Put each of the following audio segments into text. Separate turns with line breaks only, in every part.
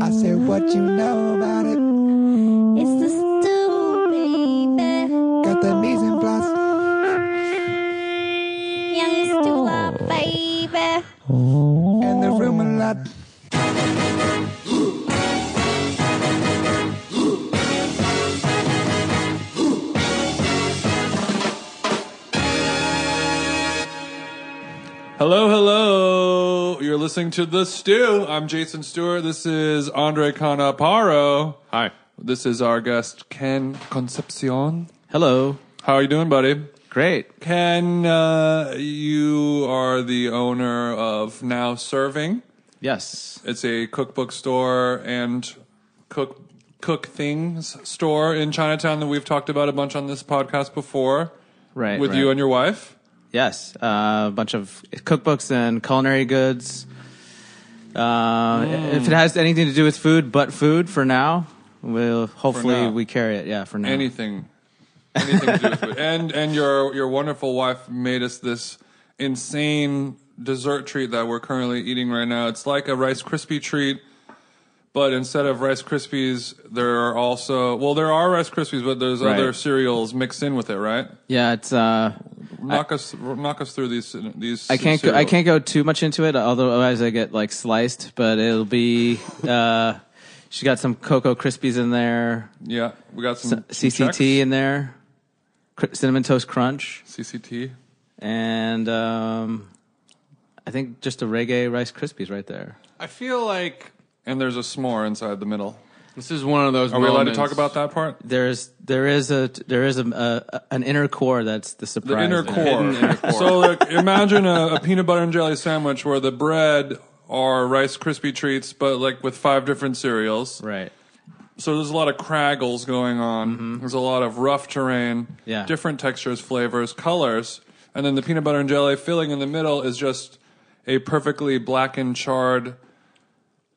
I said, what you know about it?
It's the stew, baby.
Got the mise en place.
Young stew, uh, baby.
And the room a lot.
Hello, hello. You're listening to The Stew. I'm Jason Stewart. This is Andre Canaparo.
Hi.
This is our guest, Ken Concepcion.
Hello.
How are you doing, buddy?
Great.
Ken, uh, you are the owner of Now Serving.
Yes.
It's a cookbook store and cook cook things store in Chinatown that we've talked about a bunch on this podcast before
Right.
with
right.
you and your wife.
Yes. Uh, a bunch of cookbooks and culinary goods. Uh,
Mm.
If it has anything to do with food, but food for now, we'll hopefully
now.
we carry it. Yeah, for now.
anything, anything to do with food. And and your your wonderful wife made us this insane dessert treat that we're currently eating right now. It's like a Rice Krispie treat, but instead of Rice Krispies, there are also well, there are Rice Krispies, but there's
Right.
other cereals mixed in with it, right?
yeah, it's. Uh,
Knock us knock us through these these.
I can't. Go, I can't go too much into it, although otherwise I get like sliced. But it'll be. Uh, she got some cocoa crispies in there,
Yeah, we got Mm, some
CCT
some
in there, cr- cinnamon toast crunch.
checks. CCT.
and um, I think just a reggae Rice Krispies right there.
I feel like
And there's a s'more inside the middle.
this is one of those.
Are we allowed to talk about that part?
There's there is a there is a, a an inner core that's
The
the surprise.
inner
there.
core. So like, imagine a, a peanut butter and jelly sandwich where the bread are Rice Krispie treats, but like with five different cereals.
right?
So there's a lot of craggles going on. There's a lot of rough terrain,
Yeah.
different textures, flavors, colors, and then the peanut butter and jelly filling in the middle is just a perfectly blackened, charred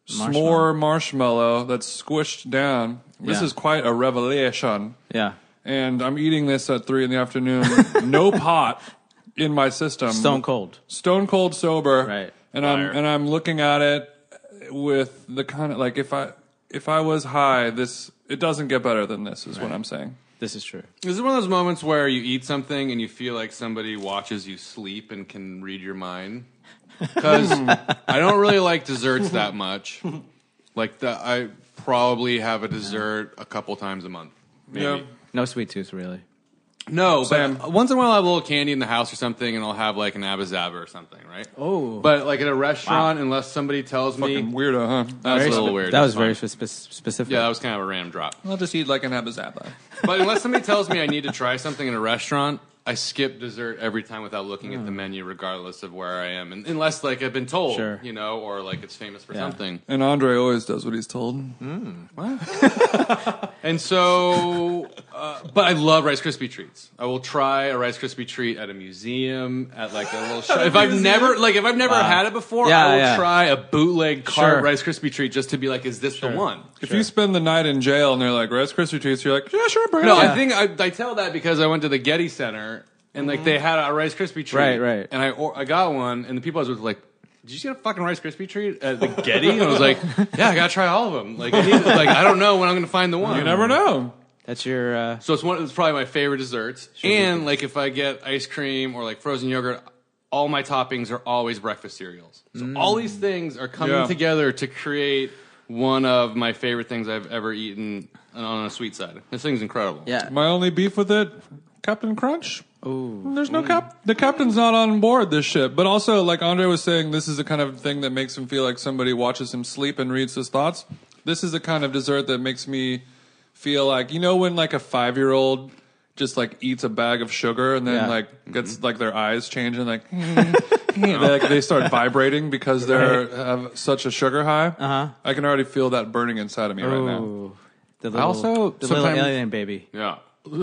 s'more marshmallow that's squished down. This
Yeah.
is quite a revelation
Yeah,
and I'm eating this at three in the afternoon. no pot in my system.
stone cold.
Stone cold sober.
Right.
And
Liar.
I'm and I'm looking at it with the kind of like if I if I was high, this it doesn't get better than this is what I'm saying.
This is true.
This is one of those moments where you eat something and you feel like somebody watches you sleep and can read your mind. Because
Hmm.
I don't really like desserts that much. Like the, I probably have a dessert a couple times a month. Maybe.
Yeah.
No sweet tooth really.
No,
Sam.
but once in a while I have a little candy in the house or something, and I'll have like an Abba Zaba or something, right?
Oh.
but like at a restaurant, unless somebody tells
Fucking
me
weirdo, huh?
that's a
Very
little
spe-
weird.
That was
it's
very
fine.
spe- specific.
yeah, that was kind of a random drop.
I'll just eat like an abazaba.
But unless somebody tells me I need to try something in a restaurant, I skip dessert every time without looking at the
Hmm.
menu, regardless of where I am, and unless like I've been told,
Sure.
you know, or like it's famous for something.
And Andre always does what he's told.
Mm-hmm. And so, uh, but I love Rice Krispie treats. I will try a Rice Krispie treat at a museum, at like a little shop. If I've never, like, if I've never had it before,
Yeah,
I will
yeah.
try a bootleg carved
Sure.
Rice Krispie treat just to be like, is this the one?
If you spend the night in jail and they're like Rice Krispie treats, you're like, yeah, sure, bring it
No,
on."
I think I, I tell that because I went to the Getty Center and like
Mm-hmm.
they had a Rice Krispie treat,
Right, right.
And I or, I got one, and the people I was with were like, "Did you get a fucking Rice Krispie treat at the Getty?" And I was like, "Yeah, I gotta try all of them. Like, I need, like I don't know when I'm gonna find the one.
You never know.
That's your. Uh,
So it's one. It's probably my favorite desserts. and like if I get ice cream or like frozen yogurt. All my toppings are always breakfast cereals. So
Mm.
all these things are coming
Yeah.
together to create one of my favorite things I've ever eaten on a sweet side. This thing's incredible.
yeah.
My only beef with it, Captain Crunch. There's no cap. The captain's not on board this ship. But also, like Andre was saying, this is the kind of thing that makes him feel like somebody watches him sleep and reads his thoughts. This is the kind of dessert that makes me feel like you know when like a five year old just like eats a bag of sugar and then
Yeah. Mm-hmm.
like gets like their eyes change and like they, like they start vibrating because they're have such a sugar high. Uh-huh. I can already feel that burning inside of me right now.
Ooh. The little,
also
the little
sometimes-
alien baby.
Yeah.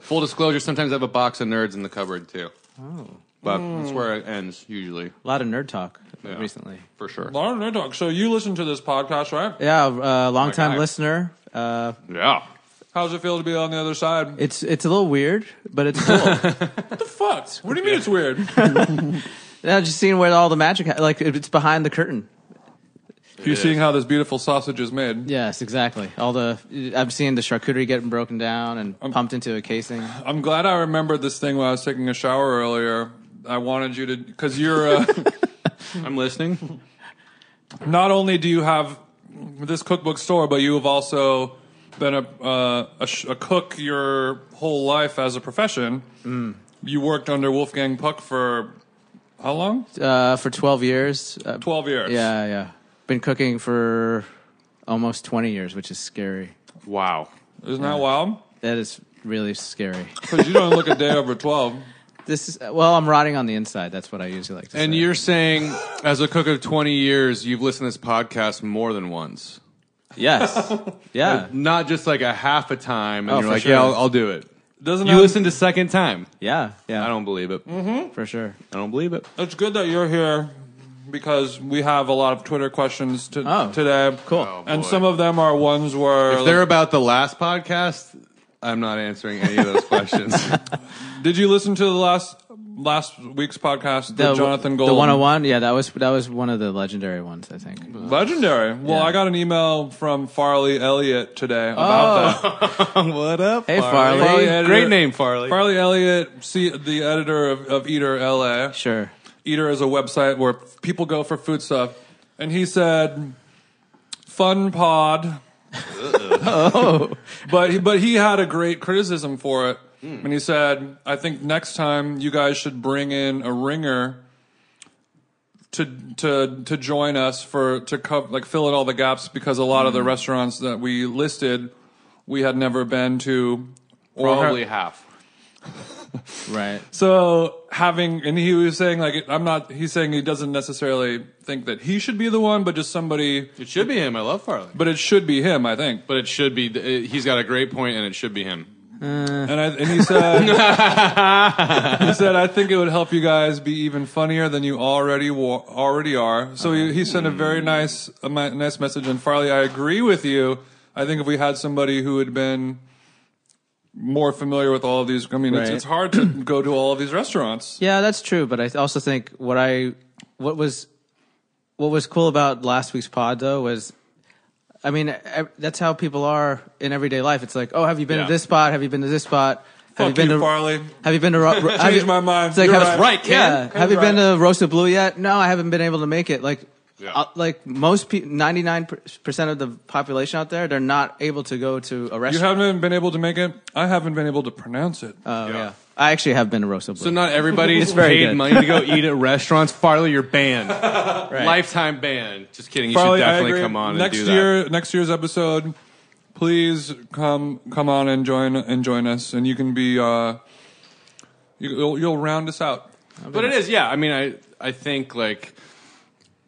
Full disclosure, sometimes I have a box of nerds in the cupboard too. Oh. But that's where it ends usually,
A lot of nerd talk recently.
for sure.
Lauren Nerdog, so you listen to this podcast, right?
Yeah, uh, long time
Oh God.
listener. Uh,
Yeah.
How's it feel to be on the other side?
it's it's a little weird, but it's cool.
Fuck. What do you mean it's weird?
Yeah, just seeing where all the magic, ha- like it- it's behind the curtain.
You're
is.
seeing how this beautiful sausage is made.
Yes, exactly. All the I've seen the charcuterie getting broken down and pumped into a casing.
I'm glad I remembered this thing when I was taking a shower earlier. I wanted you to because you're uh,
I'm listening.
not only do you have this cookbook store, but you have also been a uh, a, sh- a cook your whole life as a profession. You worked under Wolfgang Puck for how long?
Uh, for 12 years. Uh,
Twelve years.
Yeah, yeah. Been cooking for almost 20 years, which is scary.
Wow.
isn't that wild?
That is really scary.
Because you don't look a day over twelve.
This is well, I'm rotting on the inside. That's what I usually like to
And
say.
you're saying, as a cook of 20 years, you've listened to this podcast more than once.
yes, yeah,
Not just like a half a time, and
Oh,
you're
for
like,
sure.
yeah, I'll, I'll do it.
Doesn't
You
that-
listened a second time.
yeah, yeah.
I don't believe it.
for sure.
I don't believe it.
It's good that you're here because we have a lot of Twitter questions to,
Oh,
today.
Cool.
Oh,
And
boy.
some of them are ones where
If they're about the last podcast, I'm not answering any of those questions.
did you listen to the last last week's podcast, the, Jonathan Gold,
the 101. Yeah, that was that was one of the legendary ones, I think.
legendary? Well,
Yeah.
I got an email from Farley Elliott today about
Oh.
that.
what up?
Hey, Farley.
editor-
Great name, Farley.
Farley Elliott, see the editor of, of Eater LA.
Sure.
Eater is a website where people go for food stuff, and he said, "Fun pod." but he, but he had a great criticism for it, and he said, "I think next time you guys should bring in a ringer to to to join us for to co- like fill in all the gaps because a lot of the restaurants that we listed we had never been to." or had-
Probably half.
Right.
so having, and he was saying like, I'm not. He's saying he doesn't necessarily think that he should be the one, but just somebody.
It should be him. I love Farley.
But it should be him, I think.
But it should be. uh, He's got a great point, and it should be him.
And I, and he said, he said, I think it would help you guys be even funnier than you already wa- already are. So he, he sent a very nice a mi- nice message. And Farley, I agree with you. I think if we had somebody who had been more familiar with all of these, I mean, it's,
Right.
it's hard to go to all of these restaurants.
Yeah, that's true. But I also think what I what was what was cool about last week's pod though was, I mean, e- that's how people are in everyday life. It's like, oh, have you been
Yeah.
to this spot? Have you been to this spot? Have
Fuck you, Farley.
Have you been to? Ro- have you-
my mind.
It's like,
You're
have,
right. Right, Ken.
Yeah.
Ken's
have you been
right.
to Roasted Blue yet? No, I haven't been able to make it. Like,
Yeah.
uh, like most people, ninety nine percent of the population out there, they're not able to go to a
You
restaurant.
haven't been able to make it. I haven't been able to pronounce it.
Oh, yeah. I actually have been to Roasted Blue.
So not everybody's
very
paid
good.
money to go eat at restaurants. Farley, you're banned.
Right.
Lifetime ban. Just kidding. You
Farley,
should
I
definitely
agree.
come on
next
and do
year. Next year's episode, please come come on and join and join us, and you can be uh, you, you'll, you'll round us out.
that. But it is, yeah. I mean, I I think like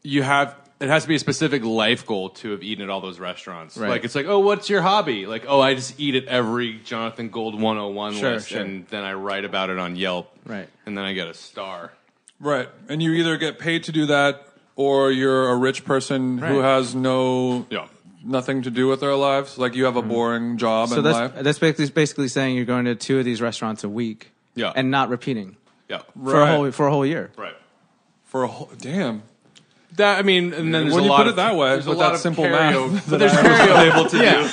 you have. It has to be a specific life goal to have eaten at all those restaurants.
Right.
Like it's like, oh, what's your hobby? Like, oh, I just eat at every Jonathan Gold 101
Sure,
list,
sure.
and then I write about it on Yelp,
Right.
And then I get a star.
Right, and you either get paid to do that, or you're a rich person who
Right.
has no
Yeah.
nothing to do with their lives. Like you have a boring job
Mm-hmm. So
in
that's
life.
that's basically, basically saying you're going to two of these restaurants a week,
Yeah.
and not repeating
Yeah,
for a
Right.
whole for a whole year.
right.
for a whole damn.
That I mean, and then there's
When
a
you
lot
put
of,
it that way,
there's a
with
lot
that
of
simple
carryover-
math
but
that
there's
I was
carryover
able to do.
yeah.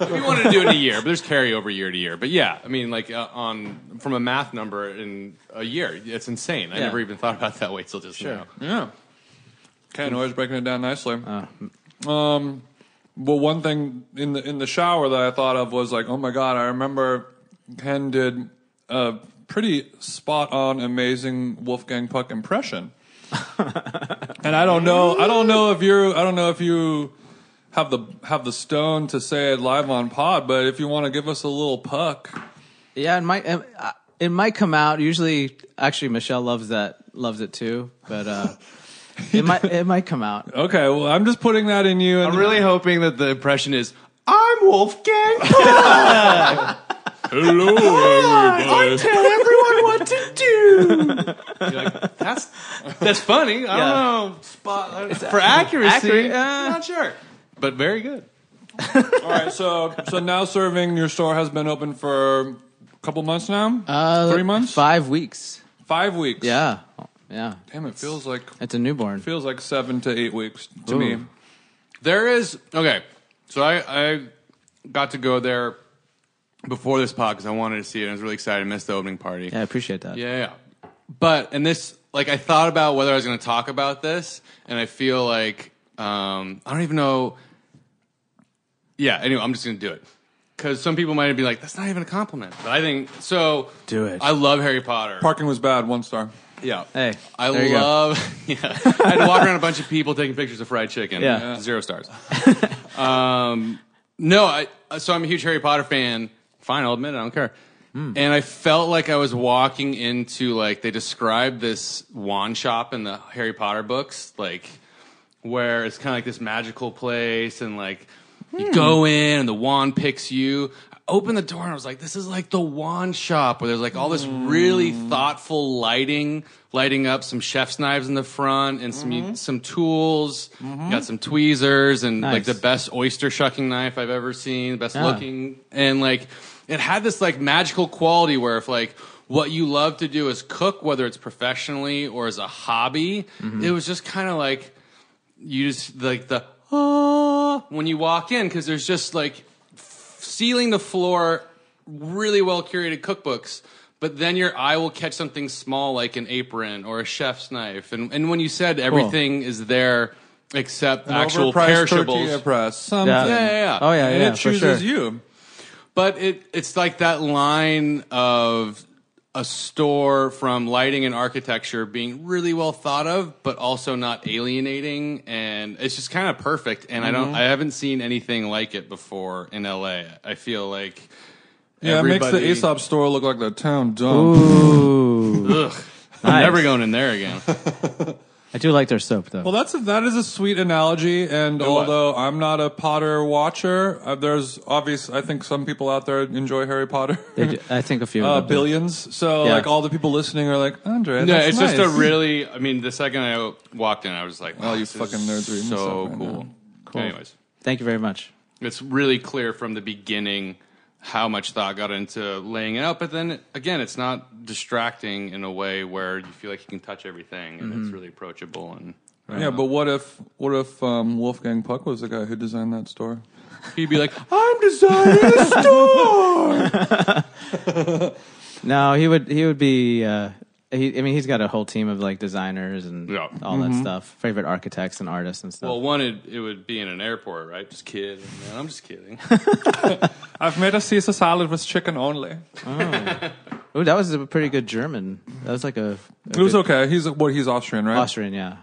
if you wanted to do it in a year, but there's carryover year to year. But yeah, I mean, like uh, on from a math number in a year, it's insane. I
Yeah.
never even thought about it that way till just now.
Yeah. Ken always breaking it down nicely. um, well, one thing in the in the shower that I thought of was like, oh my god, I remember Ken did a pretty spot on amazing Wolfgang Puck impression. and I don't know, I don't know if you're, I don't know if you have the have the stone to say it live on pod, but if you want to give us a little puck,
Yeah, it might um, uh, it might come out. Usually, actually, Michelle loves that loves it too, but uh, it might it might come out.
okay. Well, I'm just putting that in you. And
I'm really hoping that the impression is I'm Wolfgang.
hello, everybody.
Tell everyone what to do. You're like, that's that's funny. I
Yeah.
don't know spot for accuracy.
accurate, uh,
not sure, but very good.
All right, so so now serving your store has been open for a couple months now.
Uh,
Three months,
five weeks.
five weeks.
Yeah, yeah.
damn, it feels like
It's a newborn.
feels like seven to eight weeks to
Ooh.
me.
There is okay. So I, I got to go there before this pod because I wanted to see it. and I was really excited. I missed the opening party.
Yeah, I appreciate that.
Yeah, yeah. But and this, like, I thought about whether I was going to talk about this, and I feel like um, I don't even know. Yeah. Anyway, I'm just going to do it because some people might be like, "That's not even a compliment." But I think so.
Do it.
I love Harry Potter.
Parking was bad, one star.
yeah.
Hey,
I
there you go.
love. Yeah. I had to walk around a bunch of people taking pictures of fried chicken.
Yeah. Yeah.
Zero stars. um, no, I, so I'm a huge Harry Potter fan. Fine, I'll admit it. I don't care. And I felt like I was walking into like they described this wand shop in the Harry Potter books, like where it's kind of like this magical place, and like you go in and the wand picks you. I opened the door and I was like, "This is like the wand shop where there's like all this really thoughtful lighting, lighting up some chef's knives in the front and some some tools. You Got some tweezers and like
Nice.
the best oyster shucking knife I've ever seen, best
Yeah.
looking, and like it had this like magical quality where if like what you love to do is cook, whether it's professionally or as a hobby,
Mm-hmm.
it was just kind of like you just like the ah when you walk in because there's just like f- ceiling to floor really well curated cookbooks but then your eye will catch something small like an apron or a chef's knife and and when you said everything is there except actual
Overpriced
perishables
tortilla press. Something.
yeah, yeah, yeah.
Oh yeah,
And
yeah,
it
for
chooses
sure.
you.
But it it's like that line of a store from lighting and architecture being really well thought of, but also not alienating, and it's just kind of perfect. And I
Mm-hmm.
don't, I haven't seen anything like it before in LA. I feel like
Yeah, it makes the
everybody-
Aesop store look like the town dump.
Ooh,
Ugh, I'm
Nice.
never going in there again.
I do like their soap though.
Well, that's a, that is a sweet analogy, and
what?
although I'm not a Potter watcher, uh, there's obvious. I think some people out there enjoy Harry Potter.
They do- I think a few.
uh,
of them do.
billions. So
Yeah.
like all the people listening are like Andre.
No,
that's
it's just
nice."
a really. I mean, the second I walked in, I was like, "Wow,
you
this is
fucking nerds reading
So
stuff right
cool.
now.
cool." Anyways,
Thank you very much.
it's really clear from the beginning how much thought got into laying it out but then again it's not distracting in a way where you feel like you can touch everything and
Mm-hmm.
it's really approachable and
yeah. But what if what if um, Wolfgang Puck was the guy who designed that store?
he'd be like "Oh,
I'm designing a store.
No, he would. He would be. Uh, he, I mean, he's got a whole team of like designers and
Yeah.
all that stuff. Favorite architects and artists and stuff.
well one it, it would be in an airport right just kidding man. i'm just kidding
I've made a Caesar salad with chicken only.
Ooh, that was a pretty good German. That was like a. a
It was
good-
okay. He's what? he's Austrian, right?
Austrian, yeah.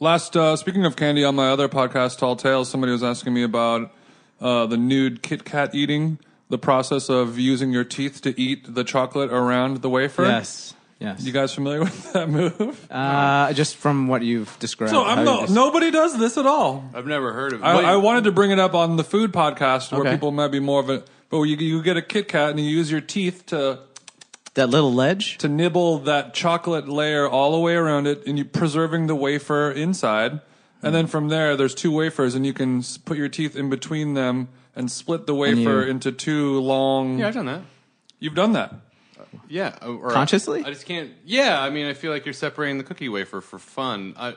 Last, uh, speaking of candy, on my other podcast, Tall Tales, somebody was asking me about uh, the nude Kit Kat eating, the process of using your teeth to eat the chocolate around the wafer.
Yes, yes.
You guys familiar with that move?
uh, just from what you've described.
so I'm
how
not,
you des-
nobody does this at all.
i've never heard of it
I,
Wait,
I wanted to bring it up on the food podcast where
Okay.
people might be more of a, but you, you get a Kit Kat and you use your teeth to,
that little ledge.
to nibble that chocolate layer all the way around it and you preserving the wafer inside. And then from there, there's two wafers and you can s- put your teeth in between them and split the wafer
you-
into two long.
yeah i've done that
You've done that.
yeah uh, or-
Consciously?
i just can't yeah i mean i feel like you're separating the cookie wafer for fun i i,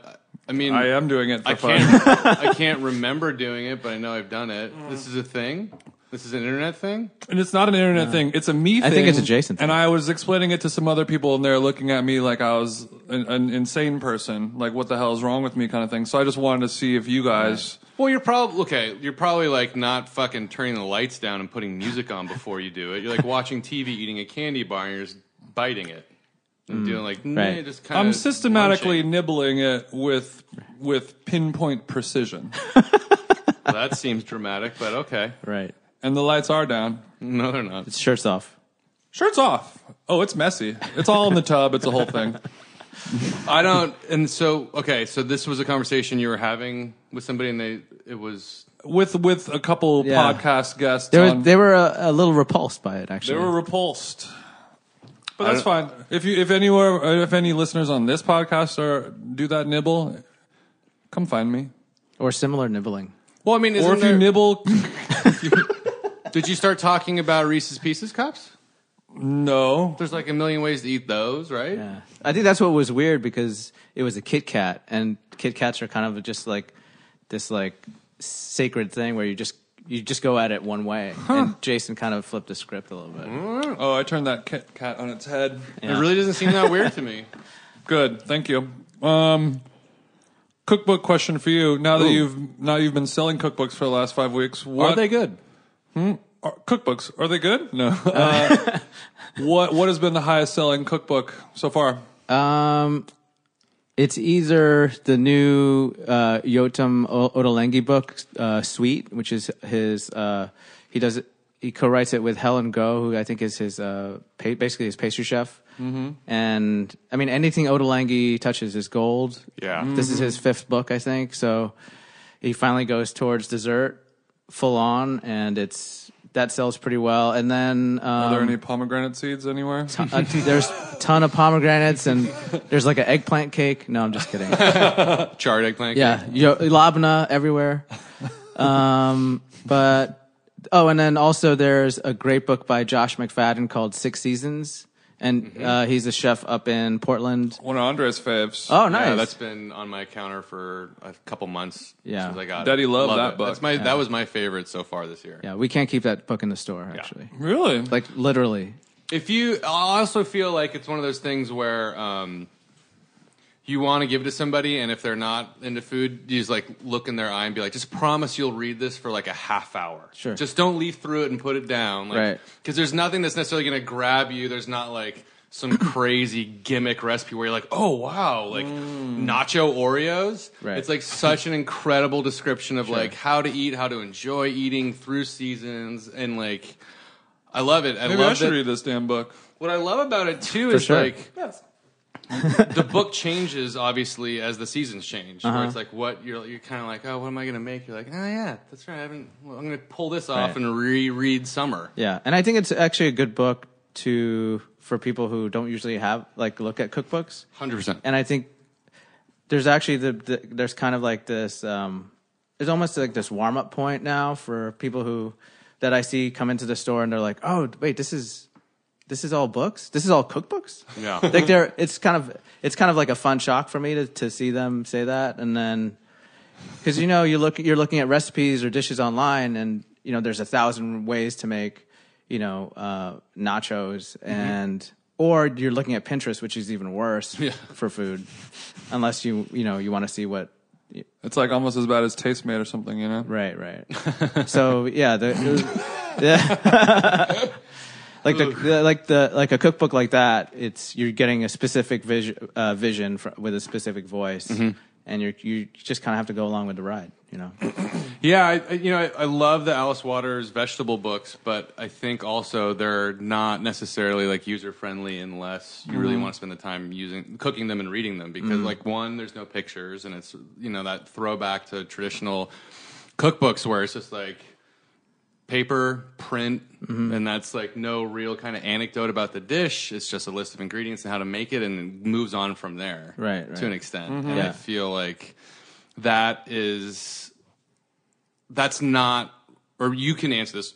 I mean
I am doing it for
I
fun.
can't. I can't remember doing it, but I know I've done it. This is a thing. This is an internet thing.
And it's not an internet thing. It's a me thing.
think it's a Jason thing.
And I was explaining it to some other people, and they're looking at me like I was an, an insane person. Like, what the hell is wrong with me, kind of thing. So I just wanted to see if you guys.
Well, you're probably okay. You're probably like not fucking turning the lights down and putting music on before you do it. You're like watching TV, eating a candy bar, and you're just biting it and doing like nah,
Right.
just kind of.
I'm systematically nibbling it with with pinpoint precision,
that seems dramatic, but okay.
Right.
and the lights are down.
No, they're not.
Shirts off.
Shirts off. Oh, it's messy. It's all in the tub. It's a whole thing.
I don't. And so, okay. So this was a conversation you were having with somebody, and they it was
With with a couple
Yeah.
podcast guests.
They were,
on.
they were uh, a, a little repulsed by it, actually.
They were repulsed. But that's
I
fine. If you, if anywhere, if any listeners on this podcast are do that nibble, come find me.
or similar nibbling.
well. I mean,
or if you nibble,
did you start talking about Reese's Pieces cups?
no.
There's like a million ways to eat those, right?
Yeah. I think that's what was weird because it was a Kit Kat, and Kit Kats are kind of just like this like sacred thing where you just you just go at it one way. And Jason kind of flipped the script a little bit.
Oh, I turned that kit cat on its head.
Yeah.
It really doesn't seem that weird to me.
Good, thank you. Um, cookbook question for you. Now that you've now you've been selling cookbooks for the last five weeks, what
Are they good?
are- cookbooks are they good? No. Uh, what what has been the highest selling cookbook so far?
Um, it's either the new uh, Yotam O- Ottolenghi book, uh, Sweet, which is his. Uh, he does it. He co-writes it with Helen Go, who I think is his uh, pa- basically his pastry chef. Mm-hmm. And I mean, anything Ottolenghi touches is gold.
Yeah.
this is his fifth book, I think. So he finally goes towards dessert, full on, and it's that sells pretty well. And then um,
Are there any pomegranate seeds anywhere?
uh, there's a ton of pomegranates and there's like an eggplant cake. No, I'm just kidding.
Charred eggplant.
Yeah, yo, labna everywhere. Um, but oh, and then also there's a great book by Josh McFadden called Six Seasons, and uh, he's a chef up in Portland.
One of Andre's faves.
Oh, nice.
Yeah, that's been on my counter for a couple months.
Yeah.
since I got
Daddy
it.
loved that
it.
book.
That's my that was my favorite so far this year.
yeah, we can't keep that book in the store actually.
really? Like
Like literally,
If you, I also feel like it's one of those things where um, you want to give it to somebody, and if they're not into food, you just like look in their eye and be like, "Just promise you'll read this for like a half hour.
Sure.
Just don't leaf through it and put it down, like,
Right.
Because there's nothing that's necessarily going to grab you. There's not like some crazy gimmick recipe where you're like, "Oh wow, like nacho Oreos."
Mm. Right.
It's like such an incredible description of like how to eat, how to enjoy eating through seasons, and like. I love it. I
maybe
love
I should
that-
read this damn book.
what I love about it too is
sure.
like the book changes obviously as the seasons change. Where
Uh-huh.
it's like what you're you're kind of like oh what am I gonna make? You're like oh yeah that's right I haven't well, I'm gonna pull this off
Right.
and reread summer.
yeah. And I think it's actually a good book to for people who don't usually have like look at cookbooks.
Hundred percent.
and I think there's actually the, the there's kind of like this um, there's almost like this warm up point now for people who that I see come into the store and they're like, oh wait, this is this is all books, this is all cookbooks.
Yeah.
like they're it's kind of it's kind of like a fun shock for me to to see them say that, and then because you know you look you're looking at recipes or dishes online, and you know there's a thousand ways to make you know uh, nachos and. Or you're looking at Pinterest, which is even worse for food, unless you you know you want to see what
It's like almost as bad as Taste Made or something, you know?
Right, right. so yeah, the, it was- yeah. like the, the like the like a cookbook like that. It's you're getting a specific vision uh, vision fr with a specific voice, and you you just kind of have to go along with the ride. You know,
Yeah, I, I- you know, I, I love the Alice Waters vegetable books, but I think also they're not necessarily like user friendly unless you
Mm-hmm.
really want to spend the time using cooking them and reading them because like one, there's no pictures, and it's you know that throwback to traditional cookbooks where it's just like paper print
Mm-hmm.
and that's like no real kind of anecdote about the dish it's just a list of ingredients and how to make it and it moves on from there
Right, right.
to an extent
Mm-hmm.
and i
Yeah.
feel like that is that's not or you can answer this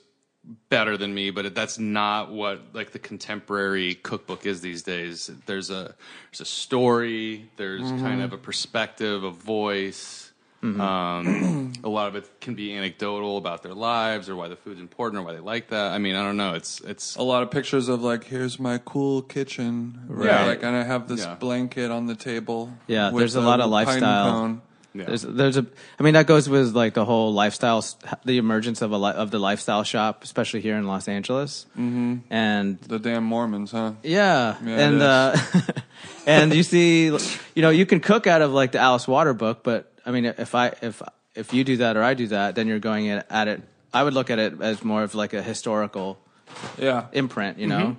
better than me but that's not what like the contemporary cookbook is these days there's a there's a story there's
Mm-hmm.
kind of a perspective a voice um, a lot of it can be anecdotal about their lives or why the food's important or why they like that i mean i don't know it's it's
A lot of pictures of like, here's my cool kitchen.
Yeah.
Like, and I have this
Yeah.
blanket on the table.
Yeah,
with
there's a lot
pine
of lifestyle.
cone.
yeah.
there's there's a I mean that goes with like the whole lifestyle, s- the emergence of a li- of the lifestyle shop, especially here in Los Angeles, mm-hmm. and
The damn Mormons, huh?
Yeah, and
it
uh, and you see, you know, you can cook out of like the Alice Water book, but I mean, if I if if you do that or I do that, then you're going at, at it. I would look at it as more of like a historical
Yeah.
imprint, you know.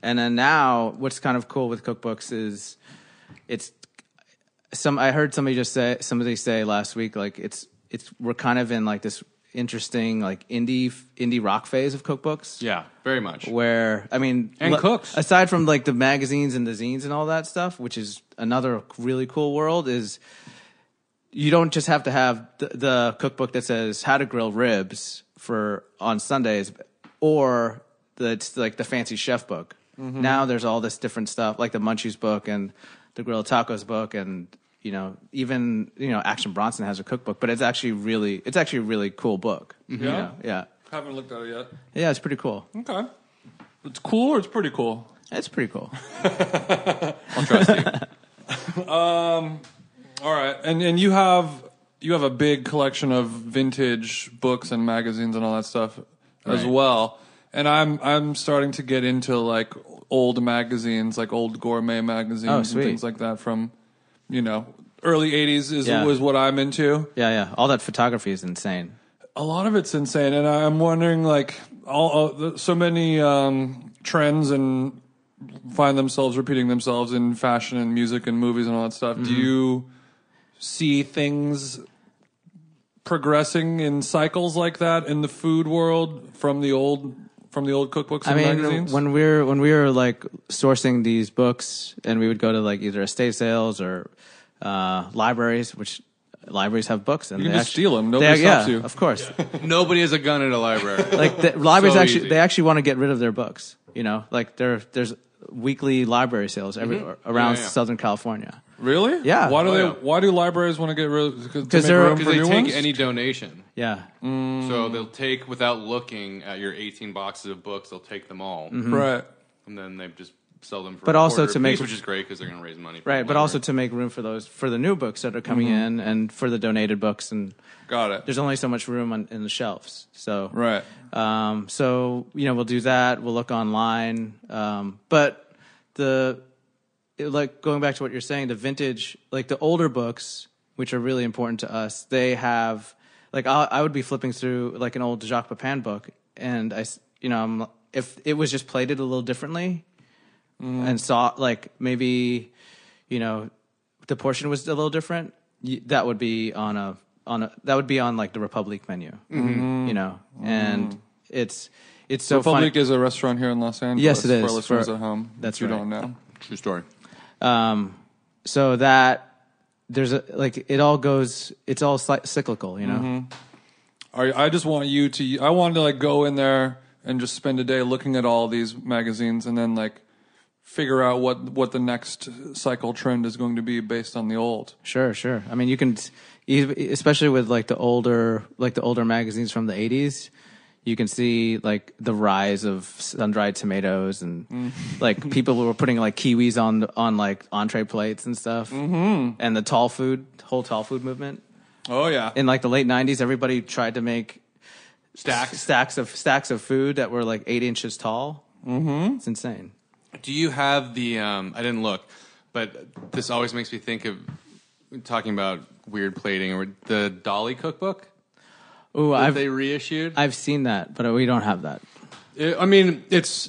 And then now, what's kind of cool with cookbooks is it's some. I heard somebody just say somebody say last week like it's it's we're kind of in like this interesting like indie indie rock phase of cookbooks
yeah very much
where I mean,
And
le-
cooks.
aside from like the magazines and the zines and all that stuff, which is another really cool world, is you don't just have to have the, the cookbook that says how to grill ribs for on Sundays, or that's like the fancy chef
Mm-hmm.
book. Now there's all this different stuff, like the Munchies book and the Grill Tacos book, and you know, even you know, Action Bronson has a cookbook, but it's actually really, it's actually a really cool book.
Mm-hmm.
you
Yeah?
know? yeah,
Haven't looked at it yet.
yeah. It's pretty cool.
Okay. It's cool or it's pretty cool?
It's pretty cool.
I'll trust you.
Um, All right. And and you have you have a big collection of vintage books and magazines and all that stuff as
Right.
well. And I'm I'm starting to get into like old magazines, like old gourmet magazines
Oh,
and
sweet.
things like that from, you know, early 80s is
Yeah.
was what I'm into.
Yeah, yeah. All that photography is insane.
a lot of it's insane and i'm wondering like all, all the, so many um trends and find themselves repeating themselves in fashion and music and movies and all that stuff
Mm-hmm.
do you see things progressing in cycles like that in the food world from the old from the old cookbooks
I
and
mean,
magazines
when we're when we were like sourcing these books, and we would go to like either estate sales or uh, libraries, which libraries have books, and
You can
they
just
actually-
steal 'em. Nobody
they, yeah,
stops you.
Of course,
Nobody has a gun at a library.
like the, libraries
So
actually
easy.
they actually want to get rid of their books. You know, like there there's weekly library sales every
Mm-hmm.
around
Yeah, yeah.
Southern California.
really
Yeah.
why do
Oh,
they
yeah.
why do libraries want to get rid of because
they're-
room
Because
for
they
new
take
ones
any donation.
Yeah,
Mm.
So
Mm-hmm.
they'll take, without looking at your 18 boxes of books, they'll take them all.
right
And then they just sell them for
Mm-hmm. But
a
also
quarter
to
a
make-
piece, which is great because they're going to raise money. for
right.
the
But also
library.
to make room for those for the new books that are coming
Mm-hmm.
in, and for the donated books, and
got it
there's only so much room on, in the shelves. So
right
Um, so you know, we'll do that. We'll look online. Um, but the it- like going back to what you're saying, the vintage, like the older books, which are really important to us, they have like I, I would be flipping through like an old Jacques Pepin book, and I s- you know I'm if it was just plated a little differently, and saw like maybe you know the portion was a little different y- that would be on a on a that would be on like the republic menu you know and it's it's so
Republic
fun
is a restaurant here in Los Angeles.
Yes, it
For
is.
listeners
For-
at home,
that's
if you
right.
don't know.
True story.
um so that there's a like it all goes it's all sli- cyclical you know
Are- I just want you to. I want to like go in there and just spend a day looking at all these magazines, and then like figure out what what the next cycle trend is going to be based on the old.
Sure, sure. I mean, you can, e- especially with like the older, like the older magazines from the '80s, you can see like the rise of sun-dried tomatoes and like people were putting like kiwis on on like entree plates and stuff, mm-hmm. and the tall food, whole tall food movement.
Oh yeah,
In like the late '90s, everybody tried to make
Stacks.
stacks of stacks of food that were like eight inches tall. Mm-hmm. It's insane.
Do you have the? Um, I didn't look, but this always makes me think of talking about weird plating or the Dolly cookbook
Ooh,
that
I've
they reissued.
I've seen that, but we don't have that.
It- I mean, it's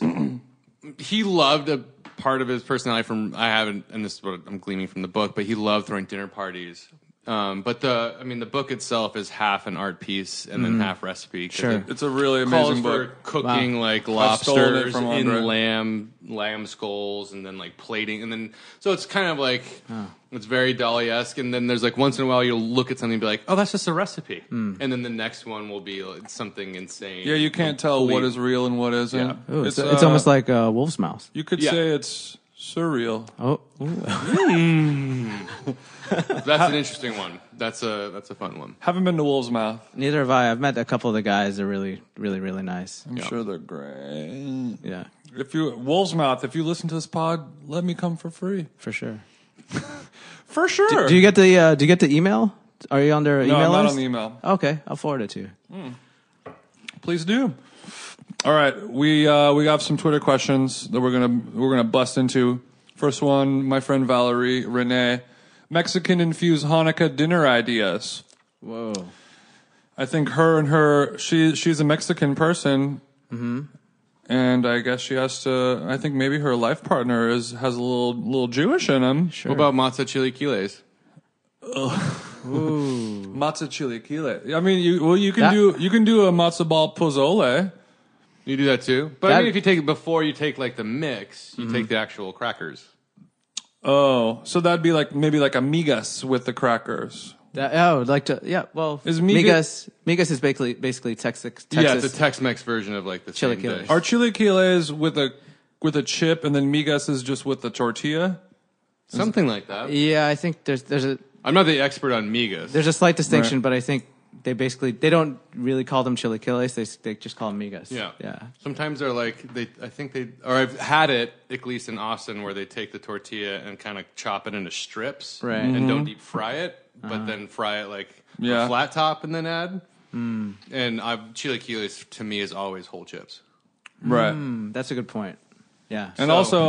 he loved a part of his personality from I haven't, and this is what I'm gleaning from the book. But he loved throwing dinner parties. Um, but the, I mean, the book itself is half an art piece and then half recipe. 'cause
Sure.
it
Mm-hmm. it's a really
calls
amazing
for
book.
cooking like
stolen it
lobsters
from Andre.
in lamb lamb skulls and then like plating and then so it's kind of like it's very Dolly esque and then there's like once in a while you'll look at something and be like oh that's just a recipe and then the next one will be like, something insane
Hmm. Yeah, you can't tell what is real and what isn't. uh,
Yeah.
Ooh, it's, uh, it's, almost like a wolf's mouth.
you could
Yeah.
say it's surreal.
Oh, ooh.
that's an interesting one that's a that's a fun one
Haven't been to Wolf's Mouth.
Neither have I. I've met a couple of the guys. They're really, really, really nice.
I'm sure they're great.
Yeah,
If you Wolf's Mouth, if you listen to this pod, let me come for free.
for sure.
For sure.
Do you get the uh, Do you get the email? Are you on their
no,
email
I'm not
list?
on the email.
Okay, I'll forward it to you.
Please do. All right, we uh, we got some Twitter questions that we're gonna we're gonna bust into. First one, my friend Valerie Renee, Mexican infused Hanukkah dinner ideas.
Whoa.
I think her and her she she's a Mexican person,
Mm-hmm.
and I guess she has to. I think maybe her life partner is has a little little Jewish in him.
Sure.
what about matzo chilaquiles
Matzo chilaquile. I mean, you well you can
That-
do you can do a matzo ball pozole.
you do that Mm-hmm. too but I
That-
mean if you take it before you take like the mix you take the actual crackers
Oh, so that'd be like maybe like amigas with the crackers.
That, oh, like to yeah. Well,
Is Miga-
Migas Migas is basically basically Texas.
yeah
Texas
it's a Tex-Mex version of like the same
Chilaquiles.
dish.
Are chilaquiles with a with a chip, and then migas is just with the tortilla?
something like that.
Yeah, I think there's there's a
I'm not the expert on migas.
there's a slight distinction, but I think they basically they don't really call them chilaquiles. They they just call them migas.
Yeah,
yeah.
Sometimes they're like they. I think they or I've had it at least in Austin where they take the tortilla and kind of chop it into strips,
Right.
And don't deep fry it, but then fry it like
Yeah.
a flat top and then add. Mm. And I've, chilaquiles to me is always whole chips.
Right.
Mm, That's a good point. Yeah.
And
So-
also,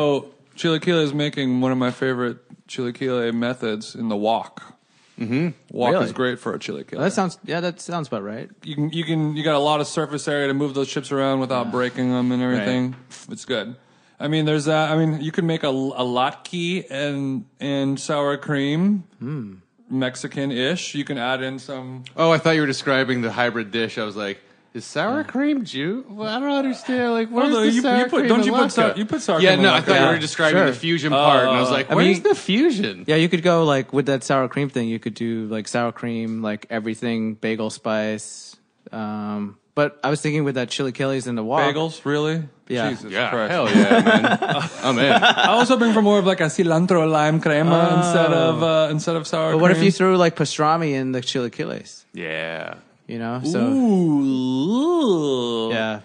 chilaquila is making one of my favorite chilaquila methods in the wok. Mm-hmm. Wok
Really?
is great for a chilaquila.
that sounds yeah, that sounds about right.
you can you can you got a lot of surface area to move those chips around without breaking them and everything. It's good. I mean, there's that. I mean, you can make a, a latke and and sour cream,
Hmm.
Mexican-ish. You can add in some.
Oh, I thought you were describing the hybrid dish. I was like, is sour cream Jew? Well, I don't understand. Like, where's
Oh, no,
the
you- you
sour
put-
cream
don't
in
you put sour-
latke?
you put sour
Yeah,
cream in Uh,
no, I
latke.
thought you
Yeah,
were describing
sure.
the fusion part, and I was like,
I
where's
mean-
the fusion?
Yeah, you could go like with that sour cream thing. You could do like sour cream, like everything, bagel spice. Um, but I was thinking with that chilaquiles in the wok.
Bagels, really?
Yeah.
Jesus
Yeah,
Christ.
hell yeah, man. I'm in.
I was hoping for more of like a cilantro lime crema instead of uh, instead of sour
Oh. But
cream.
what if you threw like pastrami in the chilaquiles?
Yeah.
You know, so
Ooh.
yeah,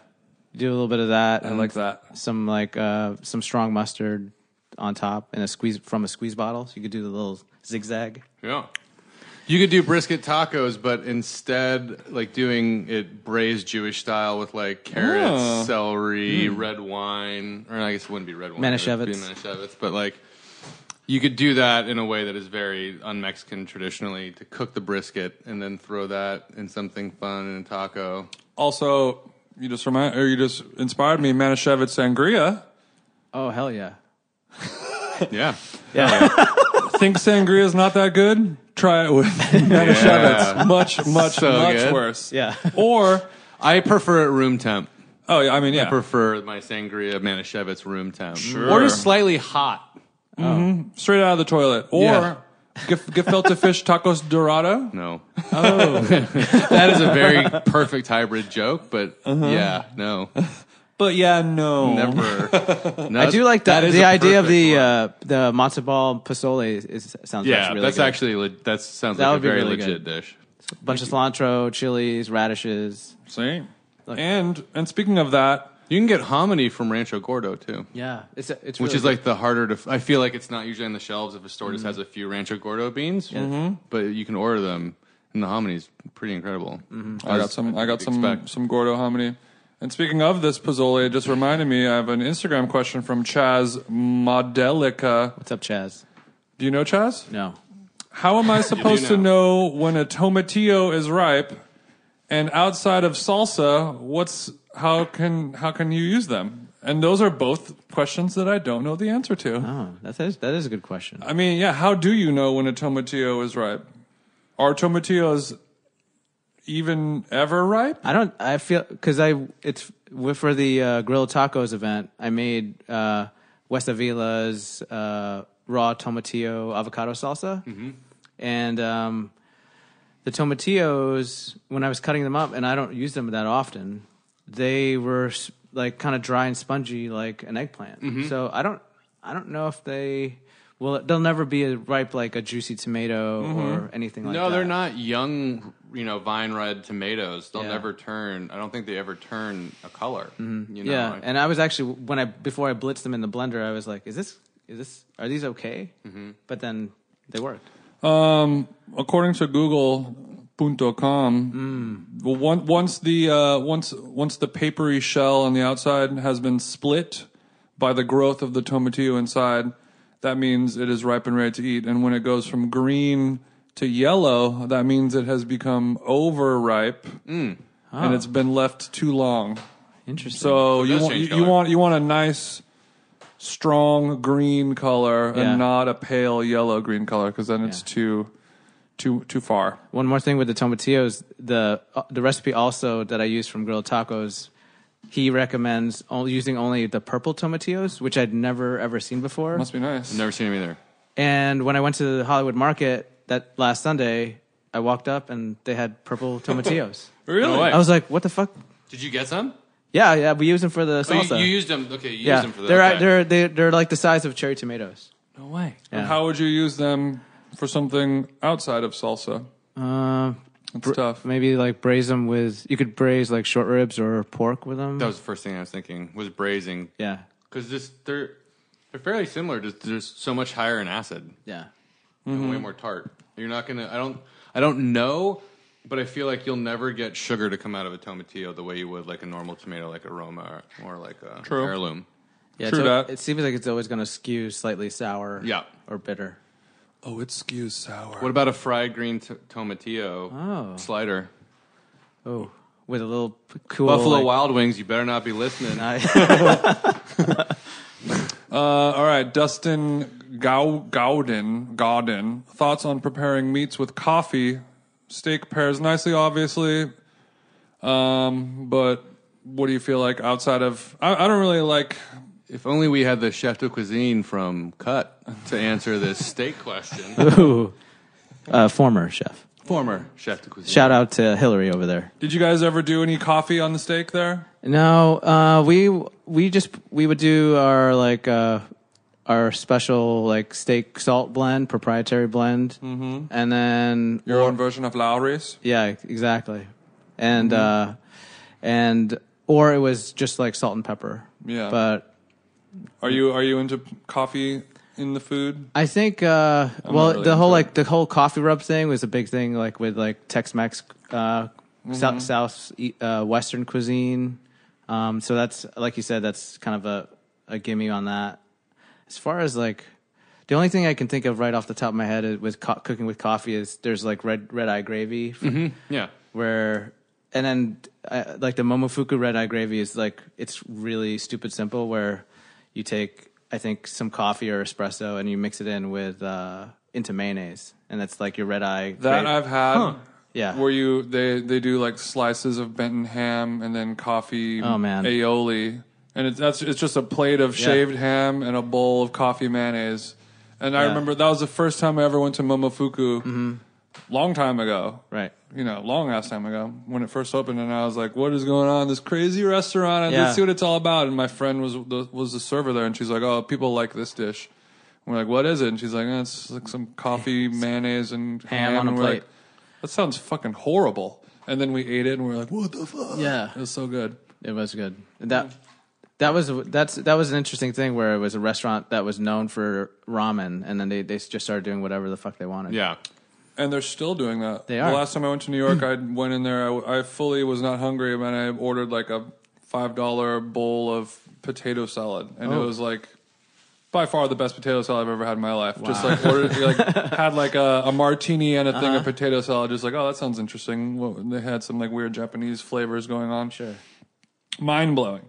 do a little bit of that.
I like that.
Some like uh, some strong mustard on top and a squeeze from a squeeze bottle. So you could do the little zigzag.
Yeah. You could do brisket tacos, but instead, like doing it braised Jewish style with like carrots,
Oh.
celery, red wine, or I guess it wouldn't be red wine. it would be
Manischewitz.
Manischewitz, but like you could do that in a way that is very un-Mexican traditionally to cook the brisket and then throw that in something fun in a taco.
Also, you just remind or you just inspired me. Manischewitz sangria.
Oh hell yeah!
Yeah,
Think sangria is not that good? Try it with Manischewitz.
Yeah.
Much, much,
So
much
good.
worse.
Yeah.
Or
I prefer it room temp.
oh, yeah, I mean, yeah.
Prefer my sangria Manischewitz room temp,
Sure.
or just slightly hot.
Mm-hmm. Straight out of the toilet. Or
Yeah.
gef- gefilte fish tacos dorado.
No. Oh. that is a very perfect hybrid joke, but
Uh-huh.
yeah, no.
But yeah, no.
Never. No,
I do like that.
that is
the
a
idea of
perfect
the
one.
uh, the matzo ball pasole is, sounds
Yeah,
actually really
that's
good.
actually le- that sounds
That
like a
would be
very
really
legit
good.
dish.
bunch of cilantro, chilies, radishes.
See. And and speaking of that,
You can get hominy from Rancho Gordo too,
Yeah, it's it's
which is like the harder to. F- I feel like it's not usually on the shelves if a store
Mm-hmm.
just has a few Rancho Gordo beans, but you can order them, and the hominy is pretty incredible.
Mm-hmm. I got some. I got some
expect.
some Gordo hominy. And speaking of this pozole, it just reminded me I have an Instagram question from Chaz Modelica.
what's up, Chaz?
Do you know Chaz?
No,
How am I supposed to
know.
know when a tomatillo is ripe? And outside of salsa, what's how can how can you use them? And those are both questions that I don't know the answer to.
oh, that is that is a good question.
I mean, yeah, how do you know when a tomatillo is ripe? Are tomatillos even ever ripe?
I don't. I feel because I it's for the uh, grilled tacos event. I made uh, West Avila's uh, raw tomatillo avocado salsa,
Mm-hmm.
and um, the tomatillos when I was cutting them up, and I don't use them that often. They were s- like kind of dry and spongy, like an eggplant.
Mm-hmm.
So I don't. I don't know if they. Well, they'll never be a ripe like a juicy tomato or anything like that.
Mm-hmm. No, they're not young, you know, vine red tomatoes. They'll
Yeah.
never turn. I don't think they ever turn a color. You know,
Mm-hmm. yeah,
I-
and I was actually when I before I blitzed them in the blender, I was like, "Is this? Is this? Are these okay?"
Mm-hmm.
But then they worked.
Um, according to Google.com, well, one, once the uh, once once the papery shell on the outside has been split by the growth of the tomatillo inside, that means it is ripe and ready to eat. And when it goes from green to yellow, that means it has become overripe and it's been left too long.
Interesting.
So Oh, you
does
want you,
change
you
color.
want you want a nice strong green color
Yeah.
and not a pale yellow green color because then it's
Yeah.
too too too far.
one more thing with the tomatillos, the uh, the recipe also that I use from grilled tacos, he recommends only, using only the purple tomatillos, which I'd never ever seen before.
Must be nice.
Never seen them either.
And when I went to the Hollywood Market that last Sunday, I walked up and they had purple tomatillos.
Really?
No way.
I was like, "What the fuck?"
Did you get some?
Yeah, yeah, we use them for the
Oh,
salsa.
you, you used them. Okay, you
yeah,
used them for the.
they're
okay.
they're they're they're like the size of cherry tomatoes.
No way.
Yeah.
How would you use them for something outside of salsa?
Uh,
It's tough.
maybe like braise them with. You could braise like short ribs or pork with them.
That was the first thing I was thinking was braising
yeah,
because this they're they're fairly similar. Just there's so much higher in acid
yeah. Mm-hmm.
and way more tart. You're not gonna. I don't. I don't know, but I feel like you'll never get sugar to come out of a tomatillo the way you would like a normal tomato, like aroma or, or like a
True.
heirloom.
Yeah,
True
it's al-
that.
It seems like it's always going to skew slightly sour.
Yeah.
or bitter.
Oh, it skews sour.
What about a fried green t- tomatillo
Oh.
slider?
Oh, with a little p- cool
Buffalo
like-
Wild Wings. You better not be listening.
I-
Uh, all right, Dustin Gow- Gowden, Gowden, thoughts on preparing meats with coffee? Steak pairs nicely, obviously, um, but what do you feel like outside of? I, I don't really like.
if only we had the chef de cuisine from Cut to answer this steak question.
Ooh. Uh, former chef.
Former chef de cuisine.
Shout out to Hillary over there.
Did you guys ever do any coffee on the steak there?
No, uh, we we just we would do our like uh, our special like steak salt blend, proprietary blend, mm-hmm. and then
Your own version of Lowry's?
yeah, exactly, and
Mm-hmm.
uh, and or it was just like salt and pepper.
Yeah.
but
Are you are you into coffee in the food?
I think uh, well
really
the whole
into
like the whole coffee rub thing was a big thing like with like Tex-Mex uh,
Mm-hmm.
south south e- uh, western cuisine. Um, so that's like you said that's kind of a a gimme on that. As far as like the only thing I can think of right off the top of my head is with co- cooking with coffee is there's like red red eye gravy f-
Yeah.
where and then uh, like the momofuku red eye gravy is like it's really stupid simple where you take i think some coffee or espresso and you mix it in with uh into mayonnaise and that's like your red eye
That
gra-
I've had.
Yeah.
Where you they they do like slices of Benton ham and then coffee
Oh, man.
aioli. And it's that's it's just a plate of shaved ham and a bowl of coffee mayonnaise. And I
Yeah. Mm-hmm.
remember that was the first time I ever went to Momofuku. Long time ago.
right
You know, long ass time ago when it first opened, and I was like, "What is going on? This crazy restaurant? And
Yeah.
Let's see what it's all about." And my friend was the, was the server there, and she's like, "Oh, people like this dish." And we're like, "What is it?" And she's like, "Eh, "It's like some coffee, mayonnaise, and
Ham on a
And we're like,
plate.
that sounds fucking horrible. And then we ate it, and we were like, "What the fuck?"
Yeah.
it was so good.
it was good that that was that's that was an interesting thing where it was a restaurant that was known for ramen and then they, they just started doing whatever the fuck they wanted
Yeah.
And they're still doing that.
They
The
are.
last time I went to New York, I went in there. I, I fully was not hungry, and I ordered like a five dollar bowl of potato salad, and it
Oh.
was like by far the best potato salad I've ever had in my life. Just like ordered, like had like a, a martini and a thing
Uh-huh.
of potato salad. Just like, oh, that sounds interesting. Well, they had some like weird Japanese flavors going on. Sure, mind blowing.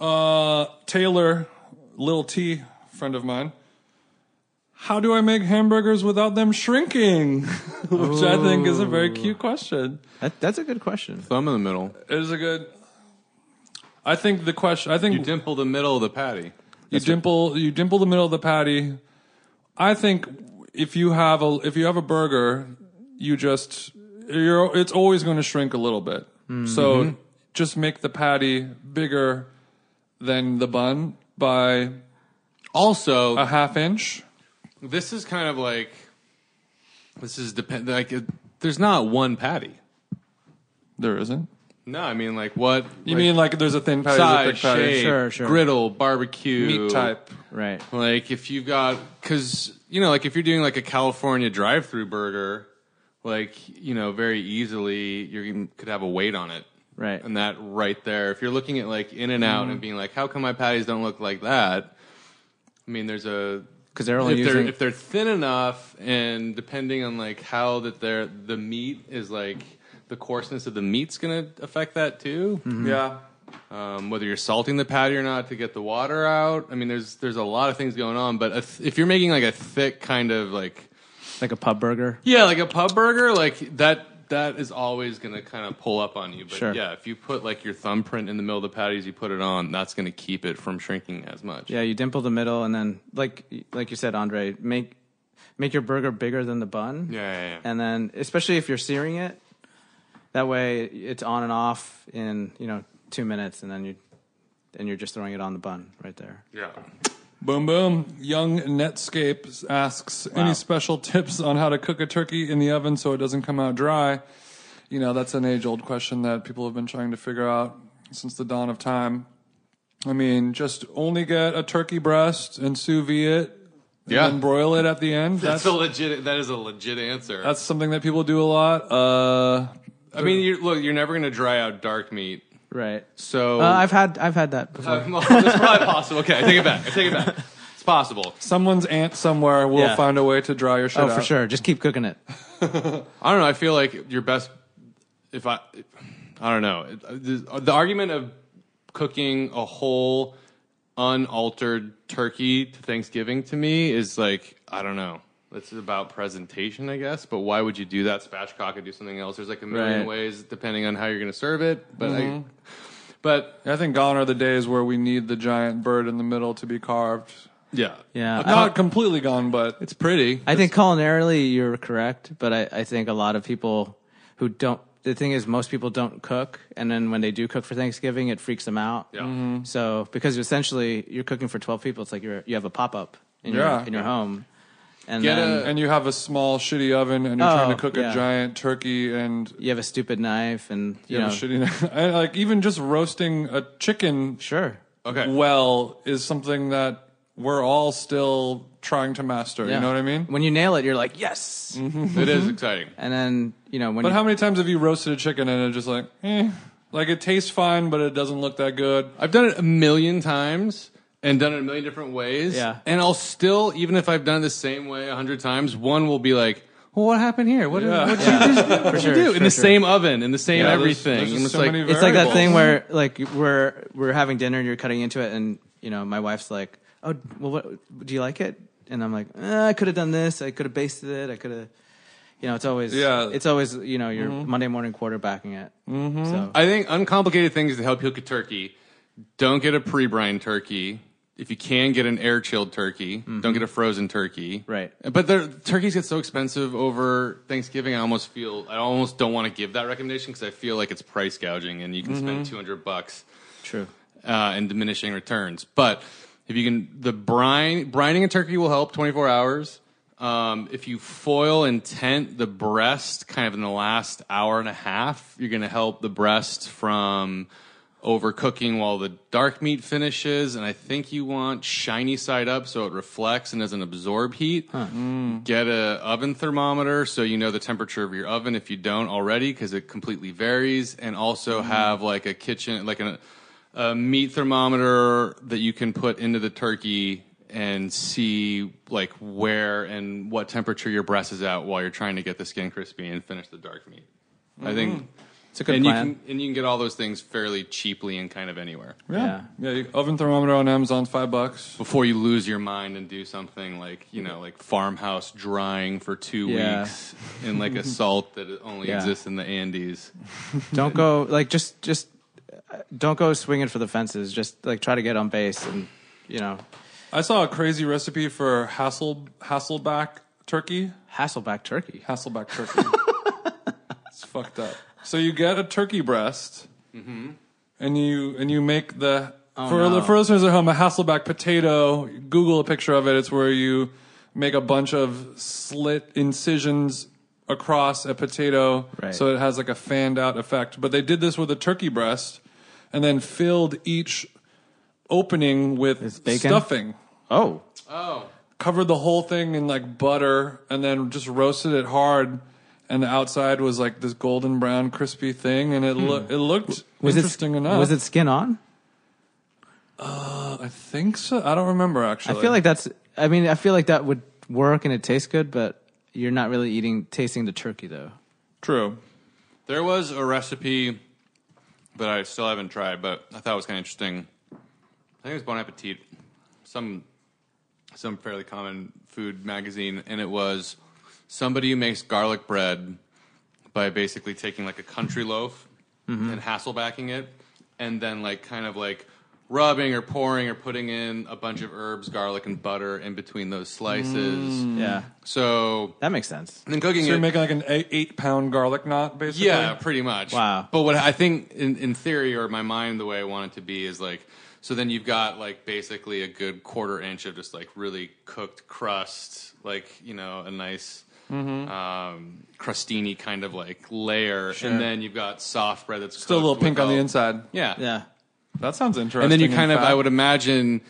Uh, Taylor, Lil T, friend of mine. How do I make hamburgers without them shrinking? Which I think is a very cute question.
that, that's a good question
Thumb in the middle.
It is a good. I think the question. I think
You dimple the middle of the patty.
you dimple you dimple the middle of the patty. I think if you have a if you have a burger, you just you're it's always going to shrink a little bit.
Mm-hmm.
So just make the patty bigger than the bun by
Also,
a half inch.
this is kind of like this is depend like it, there's not one patty.
There isn't.
No, I mean like what
You mean like there's a thin patty, there's a
size,
thick patty,
shape,
Sure, sure.
griddle, barbecue,
meat type?
right
Like if you've got, because you know, like if you're doing like a California drive-through burger, like you know, very easily you could have a weight on it,
Right.
And that right there, if you're looking at like In and Out and being like, how come my patties don't look like that? I mean, there's a
because they're only
if
using
they're if they're thin enough, and depending on like how that they're the meat is like the coarseness of the meat's gonna affect that too
Mm-hmm.
Yeah.
um, whether you're salting the patty or not to get the water out. I mean, there's there's a lot of things going on. But if, if you're making like a thick kind of like
like a pub burger
yeah, like a pub burger, like that that is always gonna kind of pull up on you. But
Sure.
yeah, if you put like your thumbprint in the middle of the patties, you put it on, that's gonna keep it from shrinking as much.
Yeah, you dimple the middle, and then like like you said, Andre, make make your burger bigger than the bun.
Yeah, yeah, yeah.
And then, especially if you're searing it, that way it's on and off in you know two minutes, and then you and you're just throwing it on the bun right there.
yeah.
Boom boom. Young Netscape asks any special tips on how to cook a turkey in the oven so it doesn't come out dry. You know, that's an age old question that people have been trying to figure out since the dawn of time. I mean, just only get a turkey breast and sous vide it
Yeah.
and broil it at the end.
That's
That's
a legit. That is a legit answer.
that's something that people do a lot. Uh
I mean, you're, look, you're never gonna dry out dark meat.
Right.
So
Uh, I've had I've had that before.
Uh, well, that's probably possible. Okay, I take it back. I take it back. It's possible.
someone's aunt somewhere will
Yeah.
find a way to dry your shit
oh,
out.
for sure. Just keep cooking it.
I don't know. I feel like your best. If I, I don't know. The, the argument of cooking a whole unaltered turkey to Thanksgiving to me is like I don't know. It's about presentation, I guess. But why would you do that? Spatchcock and do something else. There's like a million
Right.
ways depending on how you're going to serve it. But
Mm-hmm.
I, but
I think gone are the days where we need the giant bird in the middle to be carved.
yeah,
Yeah. I
Not completely gone, but
It's pretty.
I think culinarily you're correct, but I, I think a lot of people who don't the thing is most people don't cook and then when they do cook for Thanksgiving it freaks them out.
Yeah. Mhm.
So because essentially you're cooking for twelve people, it's like you're you have a pop up in
Yeah.
your in your home. And
Get
then
a-
and you have a small shitty oven and you're
Oh,
trying to cook a
yeah.
giant turkey and
you have a stupid knife and you,
you
know
have a shitty I, like even just roasting a chicken
sure.
Oh,
Okay.
well is something that we're all still trying to master.
Yeah.
You know what I mean? Mm-hmm.
When you nail it, you're like, Yes
it is exciting.
and then you know when
But
you,
how many times have you roasted a chicken and it's just like, eh, like it tastes fine, but it doesn't look that good?
I've done it a million times and done it a million different ways.
Yeah.
And I'll still, even if I've done it the same way a hundred times, one will be like, well, what happened here? What did
Yeah.
what you just do? What'd
sure,
you do?
for
in the
sure.
same oven, in the same
Yeah, there's-
everything.
there's just
And it's
so
like,
many
it's
It's like that
variables.
thing where like we're we're having dinner and you're cutting into it and you know my wife's like, "Oh, well what do you like it?" And I'm like, eh, "I could have done this. I could have basted it. I could have you know, it's always
Yeah.
it's always, you know, your Monday morning quarterbacking it. Mm-hmm. So
I think uncomplicated things to help you cook a turkey. Don't get a pre brine turkey. If you can get an air chilled turkey,
Mm-hmm.
don't get a frozen turkey.
Right.
But the turkeys get so expensive over Thanksgiving. I almost feel I almost don't want to give that recommendation because I feel like it's price gouging, and you can
Mm-hmm.
spend two hundred bucks
true.
uh, and diminishing returns. But if you can, the brine brining a turkey will help 24 hours. Um, if you foil and tent the breast kind of in the last hour and a half, you're going to help the breast from overcooking while the dark meat finishes. And I think you want shiny side up so it reflects and doesn't absorb heat. Get a oven thermometer so you know the temperature of your oven if you don't already because it completely varies. And also have like a kitchen, like an a meat thermometer that you can put into the turkey and see like where and what temperature your breast is at while you're trying to get the skin crispy and finish the dark meat. I think
Mm-hmm. It's a good
and
plan.
you can and you can get all those things fairly cheaply and kind of anywhere
Yeah. Yeah. you- oven thermometer on Amazon, five bucks.
before you lose your mind and do something like you know like farmhouse drying for two
Yeah.
weeks in like a salt that only
Yeah.
exists in the Andes.
Don't go like just just uh, don't go swinging for the fences. Just like try to get on base and you know,
I saw a crazy recipe for Hassel, Hasselback turkey.
Hasselback turkey.
Hasselback turkey. it's fucked up. So you get a turkey breast, and you and you make the for
Mm-hmm. Oh, no.
for listeners at home a Hasselback potato. Google a picture of it. It's where you make a bunch of slit incisions across a potato,
Right.
so it has like a fanned out effect. But they did this with a turkey breast, and then filled each opening with
bacon?
stuffing
Oh.
Oh,
covered the whole thing in like butter and then just roasted it hard and the outside was like this golden brown crispy thing and it
Hmm.
looked it looked
Was
interesting
it
enough
was it skin on?
i think so i don't remember actually
I feel like that's. I mean, I feel like that would work and it tastes good, but you're not really eating tasting the turkey though.
true
There was a recipe that I still haven't tried, but I thought it was kind of interesting. I think it was Bon Appetit, some some fairly common food magazine, and it was somebody who makes garlic bread by basically
Mm-hmm.
taking like a country loaf and hasslebacking it, and then like kind of like rubbing or pouring or putting in a bunch of herbs, garlic, and butter in between those slices.
Yeah,
So
Mm. that makes sense.
and then cooking
So you're
it.
making like an eight, eight pound garlic knot, basically.
Yeah, pretty much.
Wow.
But what I think in, in theory or my mind, the way I want it to be is like, so then you've got like basically a good quarter inch of just like really cooked crust, like, you know, a nice
Mm-hmm.
um, crustini kind of like layer. And then you've got soft bread that's
Still a little
cooked
pink on the
without-
inside.
Yeah.
Yeah,
That sounds interesting.
And then you kind of,
fat.
I would imagine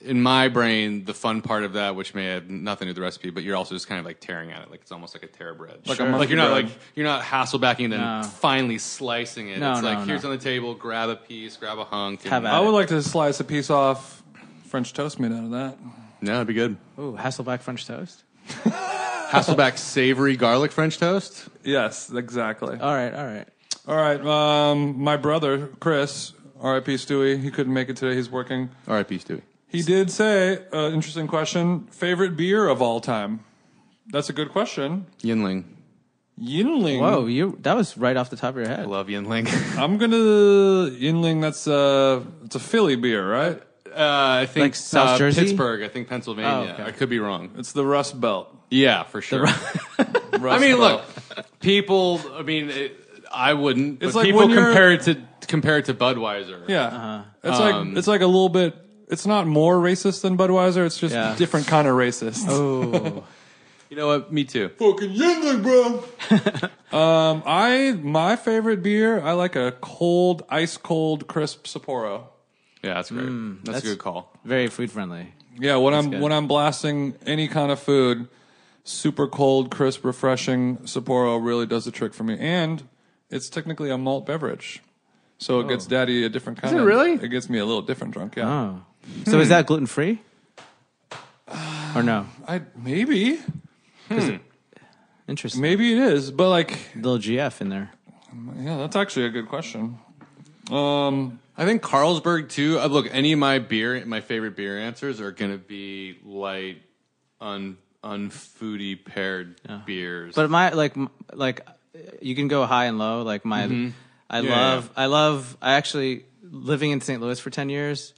in my brain, the fun part of that, which may have nothing to do with the recipe, but you're also just kind of like tearing at it. Like it's almost like a tear bread. Like,
a Sure.
you're not
muffin bread.
like, you're not hassle backing and then
No.
finally slicing it.
No,
it's
no,
like,
no.
here's on the table, grab a piece, grab a hunk. and-
Have at
I would
it.
like to slice a piece off French toast made out of that.
No, it'd be good.
Ooh, Hasselback French toast.
Hasselback savory garlic French toast.
Yes, exactly.
All right, all right.
All right. Um, my brother, Chris, RIP Stewie, he couldn't make it today. He's working.
R.I.P. Stewie.
He did say, uh, interesting question, favorite beer of all time? That's a good question.
Yinling.
Yinling.
Whoa, you that was right off the top of your
I
head.
love Yinling.
I'm going to. Yinling, that's a, it's a Philly beer, right?
uh, I think
Like South
uh,
Jersey?
Pittsburgh. I think Pennsylvania.
Oh, okay.
I could be wrong.
It's the Rust Belt.
Yeah, for sure. I
Rust
mean,
Belt.
look, people. I mean, it, I wouldn't.
It's
It's
like
like people
when you're-
compare it to compare it to Budweiser.
Yeah. It's,
Um,
like, it's like a little bit. It's not more racist than Budweiser. It's just
Yeah.
different kind of racist.
Oh. you know what? Me too.
Fucking Yingling, bro. um, I my favorite beer. I like a cold, ice cold, crisp Sapporo.
Yeah, that's great. Mm, that's,
that's-
a good call.
Very food friendly.
Yeah, when I'm
good.
when I'm blasting any kind of food, super cold, crisp, refreshing Sapporo really does the trick for me. And it's technically a malt beverage, so it gets daddy a different kind.
it
of,
really?
It gets me a little different drunk. Yeah,
Oh, so is that gluten free? Or no?
I maybe
Interesting.
maybe it is, but like
Little GF in there.
yeah, that's actually a good question. Um,
I think Carlsberg too. Uh, look, any of my beer, my favorite beer answers are going to be light, un unfoody paired beers.
But my like m- like you can go high and low. Like my I
Mm-hmm. Yeah,
love I love I actually living in St. Louis for 10 years.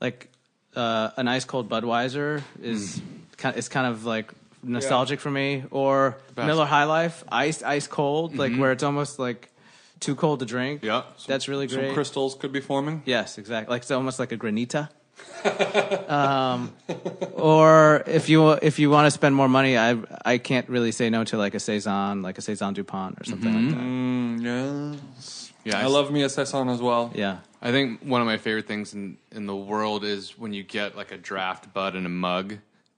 Like uh, an ice cold Budweiser
Mm.
is kind it's kind of like nostalgic for me or
best. Mm-hmm.
Miller High Life, ice ice cold like where it's almost like too cold to drink.
Yeah.
That's really
some
great.
crystals could be forming.
Yes, exactly. Like it's almost like a granita. um, or if you if you want to spend more money, I I can't really say no to like a saison, like a saison Dupont or something
Mm-hmm.
like
Yes.
Yeah,
I,
I s-
love me a Saison as well.
that. Yeah,
I think one of my favorite things in, in the world is when you get like a draft bud in a mug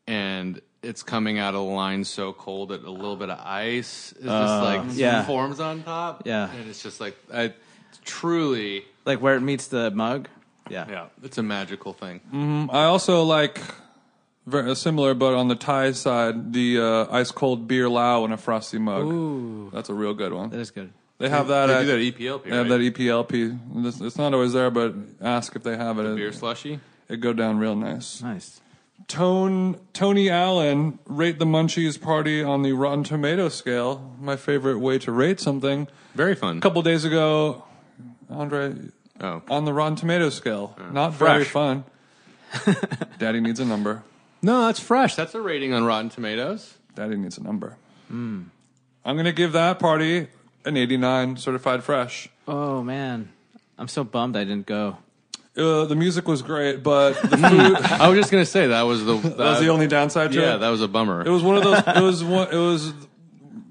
and it's coming out of the line so cold that a little bit of ice is just like
yeah.
forms on top.
Yeah.
And it's just like, I truly,
like where it meets the mug. Yeah,
yeah, it's a magical thing.
I also like very similar, but on the Thai side, the uh, ice cold beer lao in a frosty mug. Ooh, that's a real good
that
one.
is good.
They have that.
They
at,
do E
E
that EPL
they have
right?
that EPLP. This- It's not always there, but ask if they have it.
beer
It,
slushy.
it go down real nice.
Nice.
Tone Tony Allen rate the Munchies party on the Rotten Tomato scale. My favorite way to rate something.
Very fun.
A couple days ago, Andre
Oh.
on the Rotten Tomato scale. Not very
Uh, Fresh.
fun. Daddy needs a number.
No, that's fresh. That's a rating on Rotten Tomatoes.
Daddy needs a number.
Hmm.
I'm gonna give that party an 89 certified fresh.
Oh man, I'm so bummed I didn't go.
Uh, the music was great, but the food
I was just going to say that was the, that,
that was the only downside to
yeah,
it.
that was a bummer.
it was one of those. It was one. It was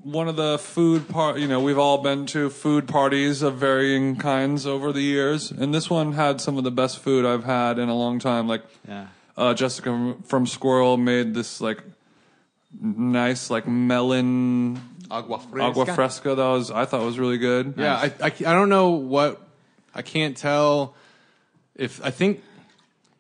one of the food part. You know, we've all been to food parties of varying kinds over the years, and this one had some of the best food I've had in a long time. Like
Yeah.
uh, Jessica from Squirrel made this like nice like melon
agua fresca.
agua fresca that was I thought was really good.
Yeah, I, I, I don't know what I can't tell if I think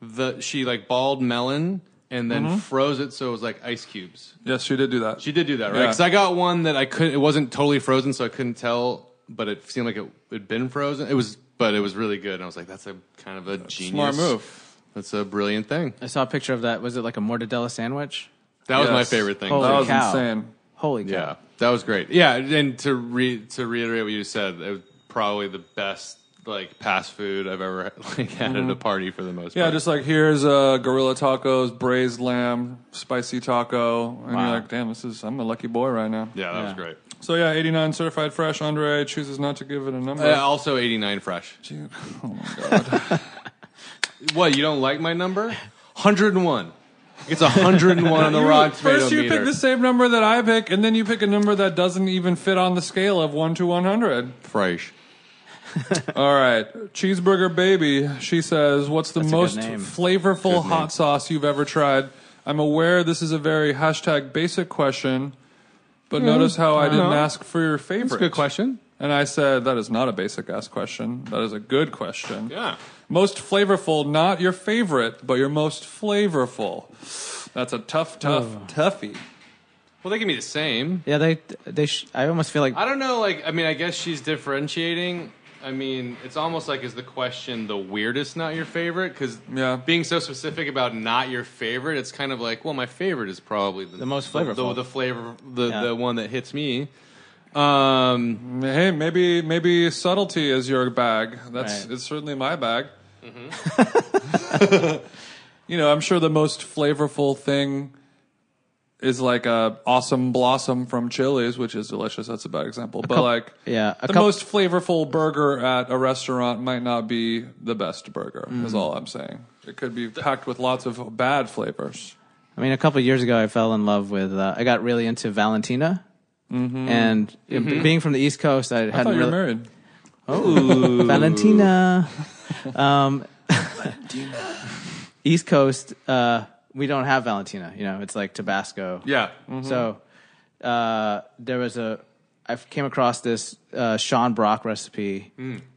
the she like balled melon and then
Mm-hmm.
froze it so it was like ice cubes.
Yes, she did do that.
She did do that, right?
Yeah.
Because I got one that I couldn't. It wasn't totally frozen, so I couldn't tell, but it seemed like it had been frozen. It was, but it was really good. And I was like, that's a kind of a
Smart
genius
move.
That's a brilliant thing.
I saw a picture of that. Was it like a mortadella sandwich?
That was my
Yes.
favorite thing.
Holy
That was
cow.
insane.
Holy cow!
Yeah, that was great. Yeah, and to re- to reiterate what you said, it was probably the best like fast food I've ever like had at a party for the most
Mm-hmm. Yeah,
part.
just like here's uh, gorilla tacos, braised lamb, spicy taco, and
Wow.
you're like, damn, this is I'm the lucky boy right now.
yeah, that was
Yeah.
great.
So yeah, 89 certified fresh. Andre chooses not to give it a number.
Uh, also, eighty nine fresh.
Dude.
What you don't like my number? Hundred and one. It's hundred and one on the Rotten Tomato
First, you
meter.
pick the same number that I pick, and then you pick a number that doesn't even fit on the scale of one to 100.
fresh.
All right, cheeseburger baby. She says, "What's the
That's a good
most
name.
flavorful hot sauce you've ever tried?" I'm aware this is a very hashtag basic question, but notice how I didn't ask for your favorite.
Hmm. That's a good question.
And I said that is not a basic ass question. That is a good question.
Yeah.
Most flavorful, not your favorite, but your most flavorful. That's a tough, tough, toughie.
Well, they give me the same.
Yeah, they they. Sh- I almost feel like
I don't know. Like, I mean, I guess she's differentiating. I mean, it's almost like is the question the weirdest, not your favorite? Because
Yeah.
being so specific about not your favorite, it's kind of like, well, my favorite is probably the,
The most
the,
flavorful.
the flavor, the
Yeah.
the one that hits me. Um,
Hey, maybe maybe subtlety is your bag. That's
Right.
it's certainly my bag.
Mm-hmm.
you know, I'm sure the most flavorful thing is like a awesome blossom from Chili's, which is delicious. That's a bad example, but like
yeah, a
the
couple-
most flavorful burger at a restaurant might not be the best burger. Is
Mm.
all I'm saying. It could be packed with lots of bad flavors.
I mean, a couple years ago, I fell in love with. Uh, I got really into Valentina, and you know, being from the East Coast, I
I thought
hadn't
you were
really
married.
Valentina. um, East Coast, uh, we don't have Valentina. You know, it's like Tabasco.
yeah,
So uh, there was a. I came across this uh, Sean Brock recipe.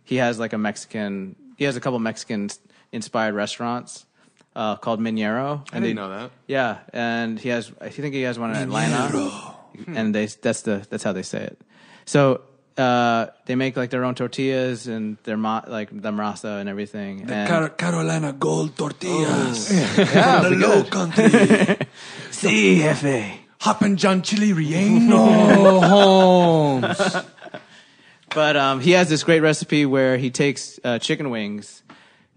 He has like a Mexican. He has a couple Mexican inspired restaurants uh, called Minero.
I didn't know that.
Yeah, and he has. I think he has one in Atlanta, Hmm. and they that's the that's how they say it. So uh, they make like their own tortillas and their ma- like the masa and everything. and
Carolina Gold Tortillas.
yeah, it'll be good.
country.
Sí, jefe.
Hoppin' John Chili Relleno. Holmes.
But um, he has this great recipe where he takes uh, chicken wings,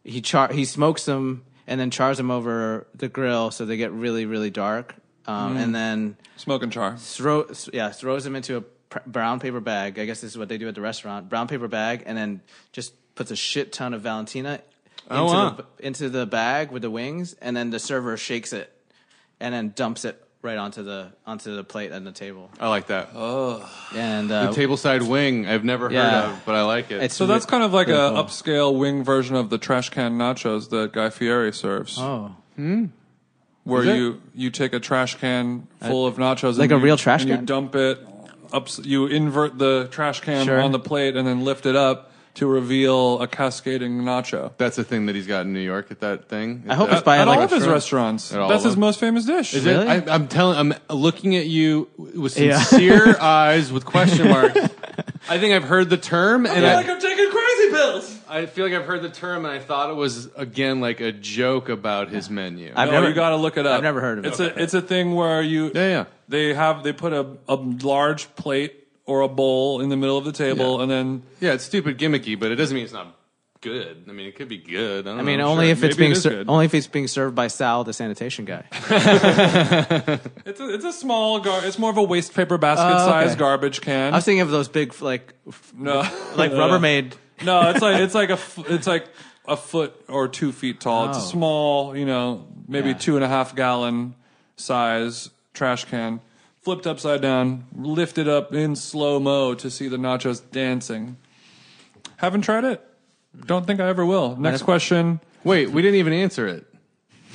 he char he smokes them and then chars them over the grill so they get really really dark, um, and then
Smoke and char.
throw yeah throws them into a pr- brown paper bag. I guess this is what they do at the restaurant: brown paper bag, and then just puts a shit ton of Valentina into,
Oh, wow.
the, into the bag with the wings, and then the server shakes it and then dumps it right onto the onto the plate and the table.
I like that.
And uh,
Tableside wing, I've never
Oh. Yeah.
heard of, but I like it.
it's
So that's
re-
kind of like
really
a
cool.
upscale wing version of the trash can nachos that Guy Fieri serves,
Oh.
where
Hmm. Is it?
you you take a trash can full of nachos,
like
and
a
you-
real trash
and you
can?
dump it up. You invert the trash can
Sure.
on the plate and then lift it up to reveal a cascading nacho.
that's the thing that he's got in New York at that thing.
I hope
That-
it's by
At
like
all
a
of his
restaurant.
restaurants,
At all
that's
of
his
them.
most famous dish.
Is it-
Really?
I, I'm telling. I'm looking at you with
Yeah.
sincere eyes, with question marks. I think I've heard the term, and I,
I'm taking crazy pills.
I feel like I've heard the term, and I thought it was again like a joke about his menu.
I've
No,
never-
you got to look it up.
never heard of it.
It's a it's a thing where you
Yeah, yeah.
they have they put a a large plate or a bowl in the middle of the table
Yeah.
and then
yeah, it's stupid, gimmicky, but it doesn't mean it's not good. I mean, it could be good. I, don't
I mean,
know,
only
sure.
if it's
Maybe it
being
is
ser-
good.
only if it's being served by Sal, the sanitation guy.
It's a, it's a small gar- It's more of a waste paper basket
Oh, okay.
size garbage can.
I was thinking of those big like f-
no,
like Rubbermaid.
Uh, no, it's like it's like a f- it's like a foot or two feet tall. It's
Oh.
a small, you know, maybe
Yeah.
two and a half gallon size trash can, flipped upside down, lifted up in slow mo to see the nachos dancing. Haven't tried it. Don't think I ever will. Next question.
Wait, we didn't even answer it.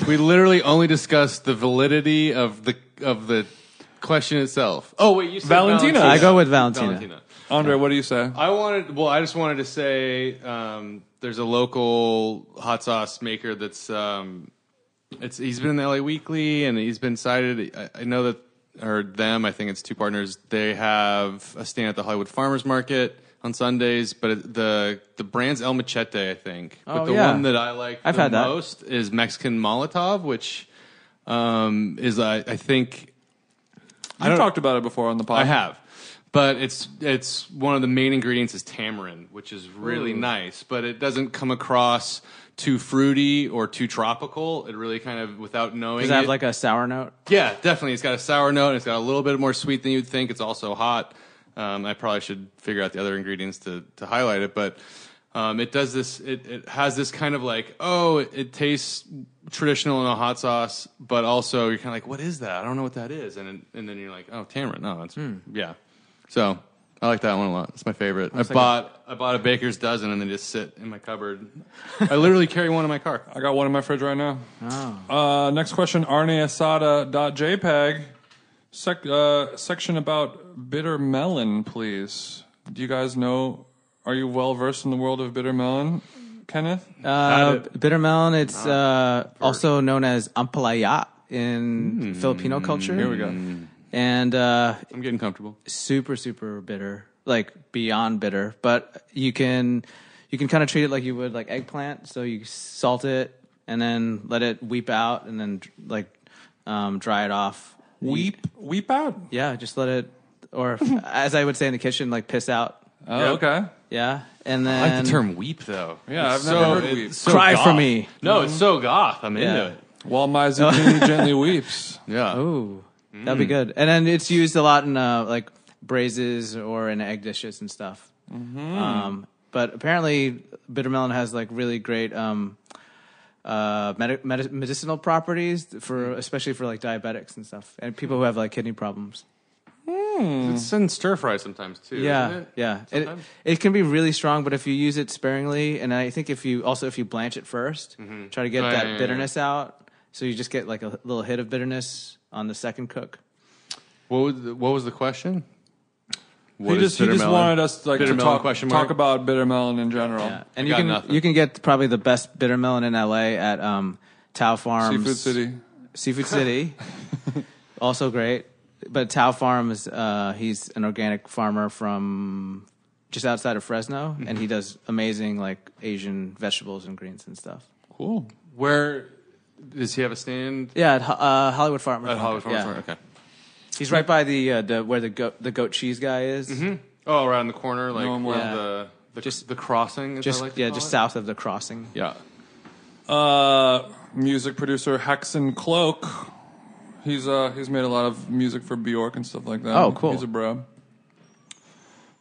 We literally only discussed the validity of the of the question itself. Oh wait, you said
Valentina.
Valentina.
I
go with Valentina.
Andre, what do you say?
I wanted. Well, I just wanted to say um, there's a local hot sauce maker that's. Um, it's he's been in the LA Weekly and he's been cited. I, I know that or them. I think it's two partners. They have a stand at the Hollywood Farmers Market on Sundays, but it, the the brand's El Machete, I think.
Oh,
but the
yeah.
one that I like
I've
the
had that.
most is Mexican Molotov, which um, is I, I think
You talked about it before on the podcast.
I have. But it's it's one of the main ingredients is tamarind, which is really nice, but it doesn't come across too fruity or too tropical. It really kind of without knowing
Does it have
it-
like a sour note?
yeah, definitely. It's got a sour note. and It's got a little bit more sweet than you'd think. It's also hot. Um, I probably should figure out the other ingredients to, to highlight it, but um, it does this. It, it has this kind of like, oh, it, it tastes traditional in a hot sauce, but also you're kind of like, what is that? I don't know what that is, and it- and then you're like, oh, tamarind. No, it's yeah. So I like that one a lot. It's my favorite. I bought I bought a baker's dozen, and they just sit in my cupboard. I literally carry one in my car.
I got one in my fridge right now.
Oh.
Uh, next question, arneasada.jpg. E Sec, uh, section about bitter melon, please. Do you guys know? Are you well versed in the world of bitter melon, Kenneth?
Uh, bitter melon. It's uh, also known as ampalaya in Filipino culture. Hmm. Here we go. And uh,
I'm getting comfortable.
super super bitter, like beyond bitter. But you can you can kind of treat it like you would like eggplant. So you salt it and then let it weep out and then like um, dry it off.
Weep, weep out.
Yeah, just let it, or as I would say in the kitchen, like piss out.
Oh,
Yeah.
okay.
Yeah, and
I
then
like the term weep though.
Yeah,
It's
I've never heard
it's
weep.
Cry
goth.
for me.
No, it's so goth. I'm
Yeah.
into it.
While my zucchini gently weeps.
Yeah.
Ooh, that'd be
Mm.
good. And then it's used a lot in uh, like braises or in egg dishes and stuff.
Mm-hmm.
Um, but apparently, bitter melon has like really great um, uh, medi- medi- medicinal properties
Mm.
for, especially for like diabetics and stuff, and people who have like kidney problems.
It's in stir fry sometimes too.
Yeah,
isn't it?
yeah. It,
Sometimes.
it can be really strong, but if you use it sparingly, and I think if you also if you blanch it 1st try to get
Oh,
that
yeah, yeah,
bitterness out, so you just get like a little hit of bitterness on the second cook.
What was the, what was the question? What
He
is
just, he
bitter
just
melon?
wanted us like,
Bitter
to
melon
talk,
question
talk
mark?
about bitter melon in general.
Yeah,
I
and you
got
can
nothing.
you can get probably the best bitter melon in LA at um, Tao Farms,
Seafood City.
Seafood City, also great. But Tao Farms, uh, he's an organic farmer from just outside of Fresno,
Mm-hmm.
and he does amazing like Asian vegetables and greens and stuff.
Cool. Where does he have a stand?
Yeah, at Ho- uh, Hollywood Farmers.
At Hollywood Farmers
Yeah.
Market. Okay.
He's right by the uh, the where the goat the goat cheese guy is.
Oh, around the corner, like
No,
where
yeah.
the the,
Just-
the crossing. Is
Just
that like to
yeah,
call
just
it?
south of the crossing.
Yeah.
Uh, music producer Hexen Cloak. He's uh he's made a lot of music for Bjork and stuff like that.
Oh, cool.
He's a bro.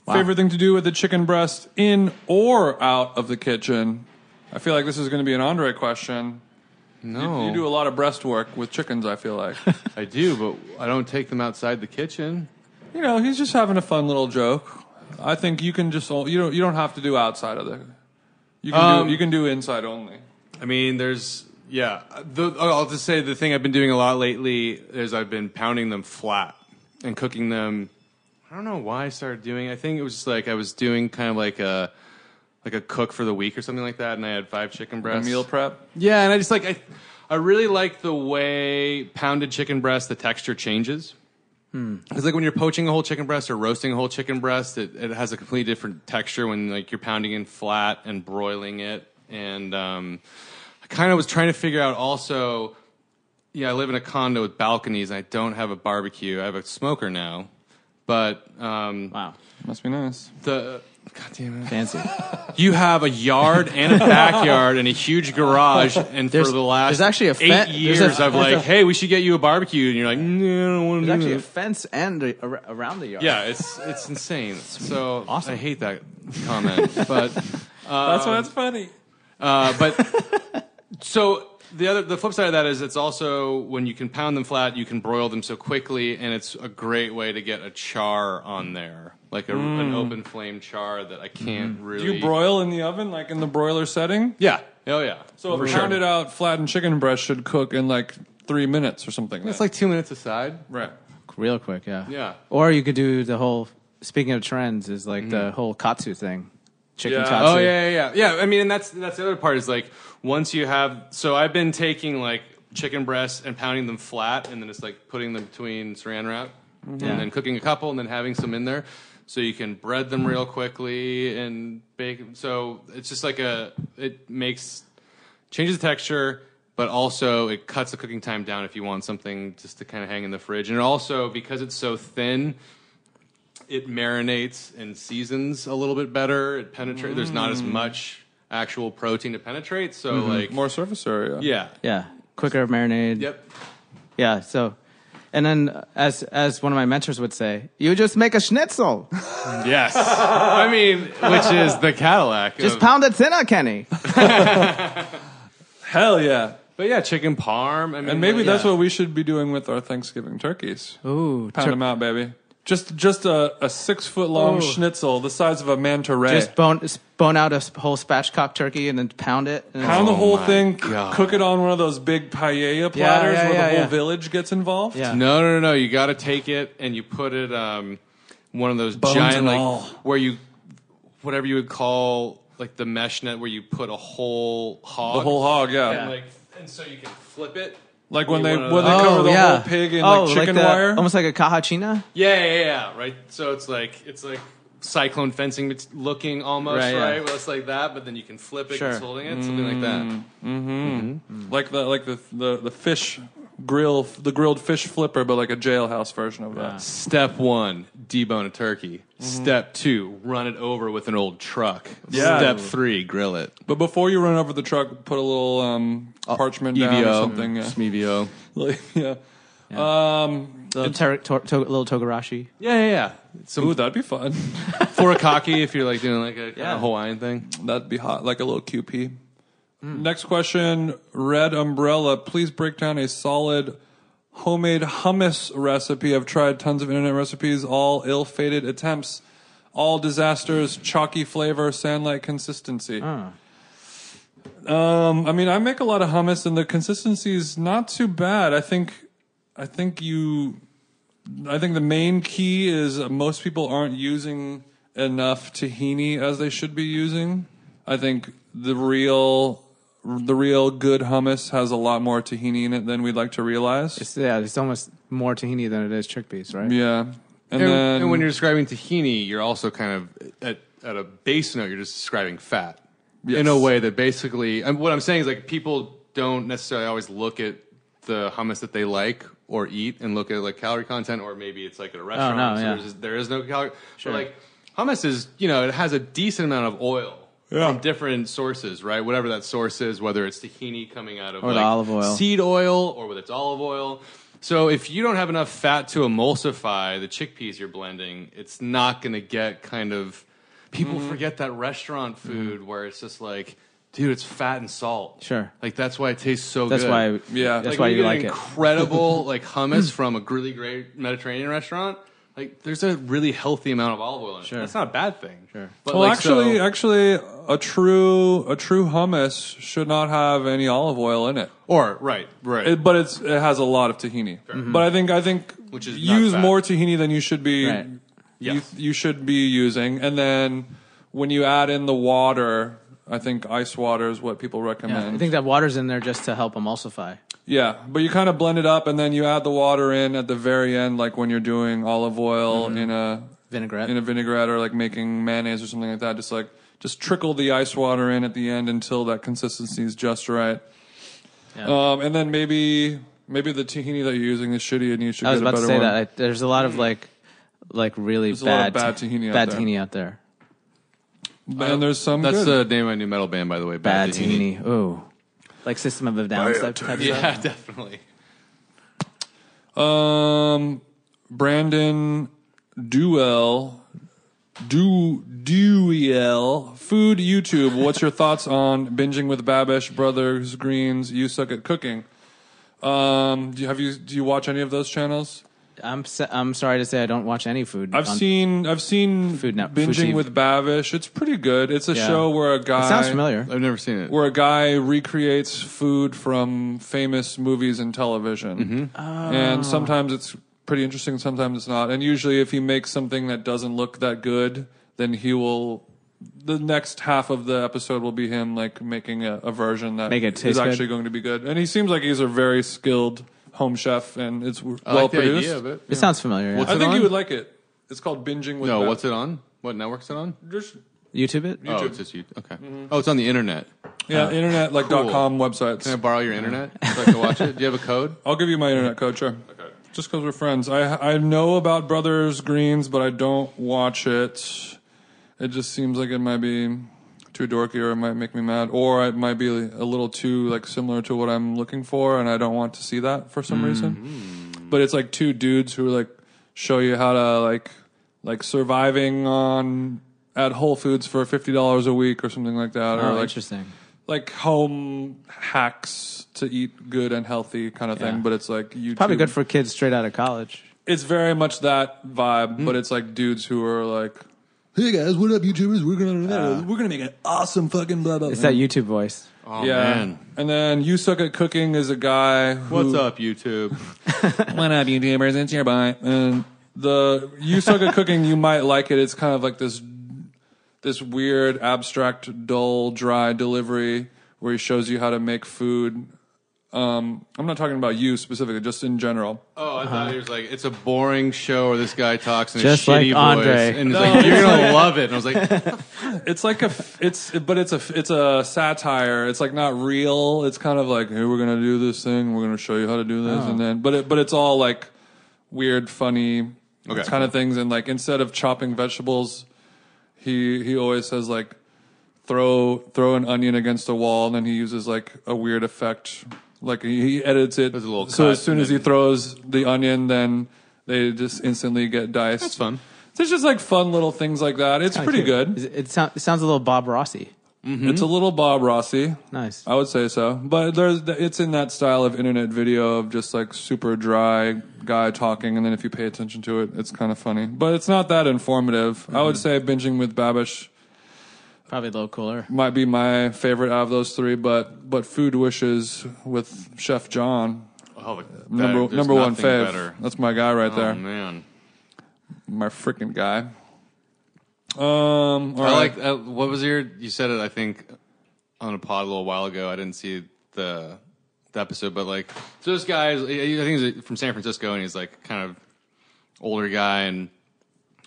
Favorite thing to do with the chicken breast in or out of the kitchen? I feel like this is going to be an Andre question.
No,
You do a lot of breast work with chickens. I feel like
I do, but I don't take them outside the kitchen.
you know he's just having a fun little joke. I think you can just you don't you don't have to do outside of the. You can
Um,
do, you can do inside only.
I mean, there's yeah. The, oh, I'll just say the thing I've been doing a lot lately is I've been pounding them flat and cooking them. I don't know why I started doing. it. I think it was just like I was doing kind of like a like a cook for the week or something like that, and I had five chicken
A
breasts.
meal prep.
Yeah, and I just like I I really like the way pounded chicken breast the texture changes. It's like when you're poaching a whole chicken breast or roasting a whole chicken breast, it, it has a completely different texture when like you're pounding in flat and broiling it. And um, I kind of was trying to figure out also. Yeah, I live in a condo with balconies. And I don't have a barbecue. I have a smoker now, but um,
Wow,
Must be nice.
the God damn it.
fancy.
You have a yard and a backyard and a huge garage, and
There's-
for the last
there's actually a fe-
eight
there's a-
years, i I'm
there's
like, hey, we should get you a barbecue, and you're like, no, I don't want
There's
to do
actually a
that.
fence and a, ar- around the yard.
Yeah, it's it's insane. So I hate that comment, but
That's why it's funny.
uh, but so the other the flip side of that is it's also when you can pound them flat, you can broil them so quickly, and it's a great way to get a char on there, like a,
Mm.
an open flame char that I can't really
Do you broil in the oven, like in the broiler setting?
Yeah. Oh yeah.
So a
For sure.
pounded out flattened chicken breast should cook in like three minutes or something.
It's like two minutes aside.
right.
real quick. Yeah,
Yeah.
Or you could do the whole. Speaking of trends, is like the whole katsu thing, chicken
Mm-hmm. Yeah.
Oh
katsu.
yeah, yeah, yeah. Yeah, I mean, and that's that's the other part is like once you have. So I've been taking like chicken breasts and pounding them flat, and then just like putting them between saran wrap, and then cooking a couple, and then having some in there, so you can bread them real quickly and bake. 'em. So it's just like a it makes changes the texture, but also it cuts the cooking time down if you want something just to kind of hang in the fridge, and also because it's so thin it marinates and seasons a little bit better. It penetrates. There's not
Mm.
as much actual protein to penetrate. So like
Mm-hmm. More surface area.
yeah.
Yeah, quicker marinade.
Yep.
Yeah. So, and then uh, as as one of my mentors would say, you just make a schnitzel,
Yes. I mean, which is the Cadillac.
just
of-
pound it thinner, Kenny.
Hell yeah.
But yeah, chicken parm. I mean,
And maybe
like-
that's
yeah.
what we should be doing with our Thanksgiving turkeys.
Ooh,
Pound them out, baby. Just just a, a six foot long
Ooh.
schnitzel the size of a manta ray.
Just bone s- bone out a s- whole spatchcock turkey and then pound it. And
Pound the whole
Oh my
thing, c-
God.
cook it on one of those big paella platters
yeah,
where the
yeah,
whole
yeah.
village gets involved.
Yeah.
No, no, no, no. You got to take it and you put it um one of those
Bones
giant
and
like
all.
where you whatever you would call like the mesh net where you put a whole hog.
The whole hog, yeah.
And, like, and so you can flip it.
Like when
You
they
wanna-
when they
Oh,
cover the
yeah.
whole pig in
oh,
like chicken
the-
wire.
almost like a cajachina.
Yeah, yeah, yeah. Right. So it's like it's like cyclone fencing it's looking almost
Right,
right.
yeah.
Well, it's like that, but then you can flip it.
Sure. Mm.
It's holding it, something like that.
like the like the, the the fish grill the grilled fish flipper, but like a jailhouse version of that.
Step one, debone a turkey.
Mm-hmm.
Step two, run it over with an old truck.
Yeah.
Step three, grill it.
But before you run over the truck, put a little um, parchment down or
EVO,
something. Yeah.
Some EVO.
Like, yeah. Um,
Little, ter- to- to- little togarashi.
Yeah, yeah, yeah. Some
ooh, that'd be fun.
furikake if you're like doing like a
Yeah.
Hawaiian thing.
That'd be hot, like a little QP. Next question, Red Umbrella. Please break down a solid homemade hummus recipe. I've tried tons of internet recipes, all ill-fated attempts, all disasters. Chalky flavor, sand-like consistency. Um, I mean, I make a lot of hummus, and the consistency's not too bad. I think, I think you I think the main key is uh, most people aren't using enough tahini as they should be using. I think the real the real good hummus has a lot more tahini in it than we'd like to realize.
It's, yeah, it's almost more tahini than it is chickpeas, right?
yeah.
And,
And, then
and when you're describing tahini, you're also kind of at, at a base note. You're just describing fat in a way that basically. And what I'm saying is like people don't necessarily always look at the hummus that they like or eat and look at like calorie content, or maybe it's like at a restaurant.
Oh, no,
so
yeah.
there's, there is no calorie.
Sure.
But like hummus is, you know, it has a decent amount of oil.
Yeah.
From different sources, right? Whatever that source is, whether it's tahini coming out of
Or the
like
olive oil.
seed oil or whether it's olive oil. So if you don't have enough fat to emulsify the chickpeas you're blending, it's not going to get kind of. People
Mm-hmm.
forget that restaurant food where it's just like, dude, it's fat and salt.
Sure.
Like that's why it tastes so
That's
good.
why.
Yeah.
that's
Like,
why
when
you
get
like
an
it.
Incredible like hummus from a really great Mediterranean restaurant. Like there's a really healthy amount of olive oil in it.
Sure.
That's not a bad thing.
Sure.
But
well,
like, so-
actually, actually, a true a true hummus should not have any olive oil in it.
or right, right.
It- but it's it has a lot of tahini. But I think I think
Mm-hmm. Which is not
use
bad.
more tahini than you should be.
Right.
You,
Yes.
you should be using, and then when you add in the water, I think ice water is what people
Yeah,
recommend.
I think that water's in there just to help emulsify.
Yeah, but you kind of blend it up, and then you add the water in at the very end, like when you're doing olive oil
Mm-hmm.
in a
Vinaigrette.
in a vinaigrette, or like making mayonnaise or something like that. Just like just trickle the ice water in at the end until that consistency is just right.
Yeah.
Um, and then maybe maybe the tahini that you're using is shitty, and you should
I was
get
about
a better
to say
one.
that. I, there's a lot of like, like really
There's a lot
bad,
of bad tahini out
bad
there.
tahini out there.
and there's some
That's
good.
the name of my new metal band, by the way.
Bad tahini. Ooh, like System of a Down type, type stuff.
Yeah, definitely.
Um, Brandon Duell, Du Duell, Food YouTube. What's your thoughts on binging with Babish Brothers Greens? You suck at cooking. Um, do you, have you do you watch any of those channels?
I'm s- I'm sorry to say I don't watch any food.
I've
on-
seen I've seen
Food Net-
binging
Fuji.
with Babish. It's pretty good. It's a
Yeah.
show where a guy
It sounds familiar.
I've never seen it.
where a guy recreates food from famous movies and television.
Mm-hmm.
And sometimes it's pretty interesting, sometimes it's not. And usually, if he makes something that doesn't look that good, then he will. The next half of the episode will be him like making a, a version that
Make it
is
taste good.
actually going to be good. And he seems like he's a very skilled home chef, and it's w- well produced.
it.
It sounds familiar. Yeah.
What's
I
it
think you
on?
would like it. It's called binging with.
No,
Bab-
what's it on? What network's it on?
Just-
YouTube it?
Oh, it's just you. Okay. Oh, it's on the internet.
yeah, internet like
Cool.
dot com websites.
Can I borrow your internet so I can watch it? Do you have a code?
I'll give you my internet code, sure.
Okay.
Just because we're friends. I I know about Brothers Greens, but I don't watch it. It just seems like it might be too dorky, or it might make me mad, or it might be a little too like similar to what I'm looking for, and I don't want to see that for some reason. But it's like two dudes who like show you how to like like surviving on at Whole Foods for fifty dollars a week or something like that, or
Oh,
like
interesting.
like home hacks to eat good and healthy kind of
Yeah.
thing. But it's like you
Probably good for kids straight out of college.
it's very much that vibe, but it's like dudes who are like,
Hey guys, what up, YouTubers? We're gonna Uh, we're gonna make an awesome fucking blah blah.
It's that YouTube voice.
Oh
yeah.
man.
And then you suck at cooking is a guy. Who,
What's up, YouTube?
What up, YouTubers? It's your bye. And the you suck at cooking, you might like it. It's kind of like this this weird, abstract, dull, dry delivery where he shows you how to make food. Um, I'm not talking about you specifically, just in general.
Oh, I
Uh-huh.
thought he was like, it's a boring show where this guy talks in
Just
a
like
shitty
Andre.
voice, and he's like, you're gonna love it. And I was like,
It's like a, it's, but it's a, it's a satire. It's like not real. It's kind of like, hey, we're gonna do this thing. We're gonna show you how to do this,
Oh.
and then, but it, but it's all like weird, funny,
Okay.
kind of things. And like instead of chopping vegetables, he he always says like throw throw an onion against a wall, and then he uses like a weird effect. Like he he edits it.
There's a little
so
cut,
as soon
and
as he
then-
throws the onion, then they just instantly get diced.
that's fun.
There's just like fun little things like that. It's pretty good.
Is It, it, sound, it sounds a little Bob Rossi.
It's a
Hmm?
little Bob Rossi.
Nice.
I would say so. But there's it's in that style of internet video of just like super dry guy talking and then if you pay attention to it, it's kind of funny. But it's not that informative. I
Hmm.
would say binging with Babish
Probably a little cooler.
might be my favorite out of those three, but but Food Wishes with Chef John,
Oh, that-
number
there's
number one
nothing
fave.
better.
That's my guy right
Oh
there.
man,
My freaking guy. Um
I
all
like.
right.
Uh, what was your? You said it. I think on a pod a little while ago. I didn't see the, the episode, but like, so this guy is. I I think he's from San Francisco, and he's like kind of older guy, and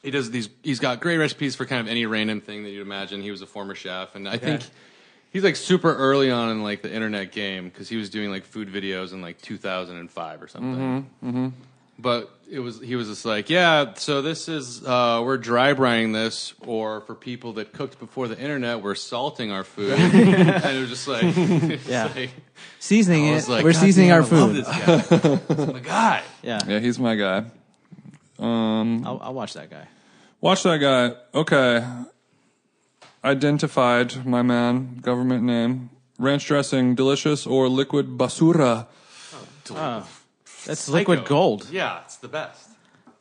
he does these. He's got great recipes for kind of any random thing that you'd imagine. He was a former chef, and I think. He's like super early on in like the internet game because he was doing like food videos in like 2005 or something
Mm-hmm.
but it was he was just like, yeah. So this is uh, we're dry brining this, or for people that cooked before the internet, we're salting our food. and it was just like, it's
Yeah.
like,
Seasoning
I
it.
was like,
We're
God
seasoning
damn,
our
I love
food.
this guy. He's "Oh my guy.
Yeah.
yeah, he's my guy.
I'll, I'll watch that guy.
Watch that guy. Okay. Identified, my man, government name. Ranch dressing, delicious or liquid basura.
That's liquid gold.
Yeah, it's the best.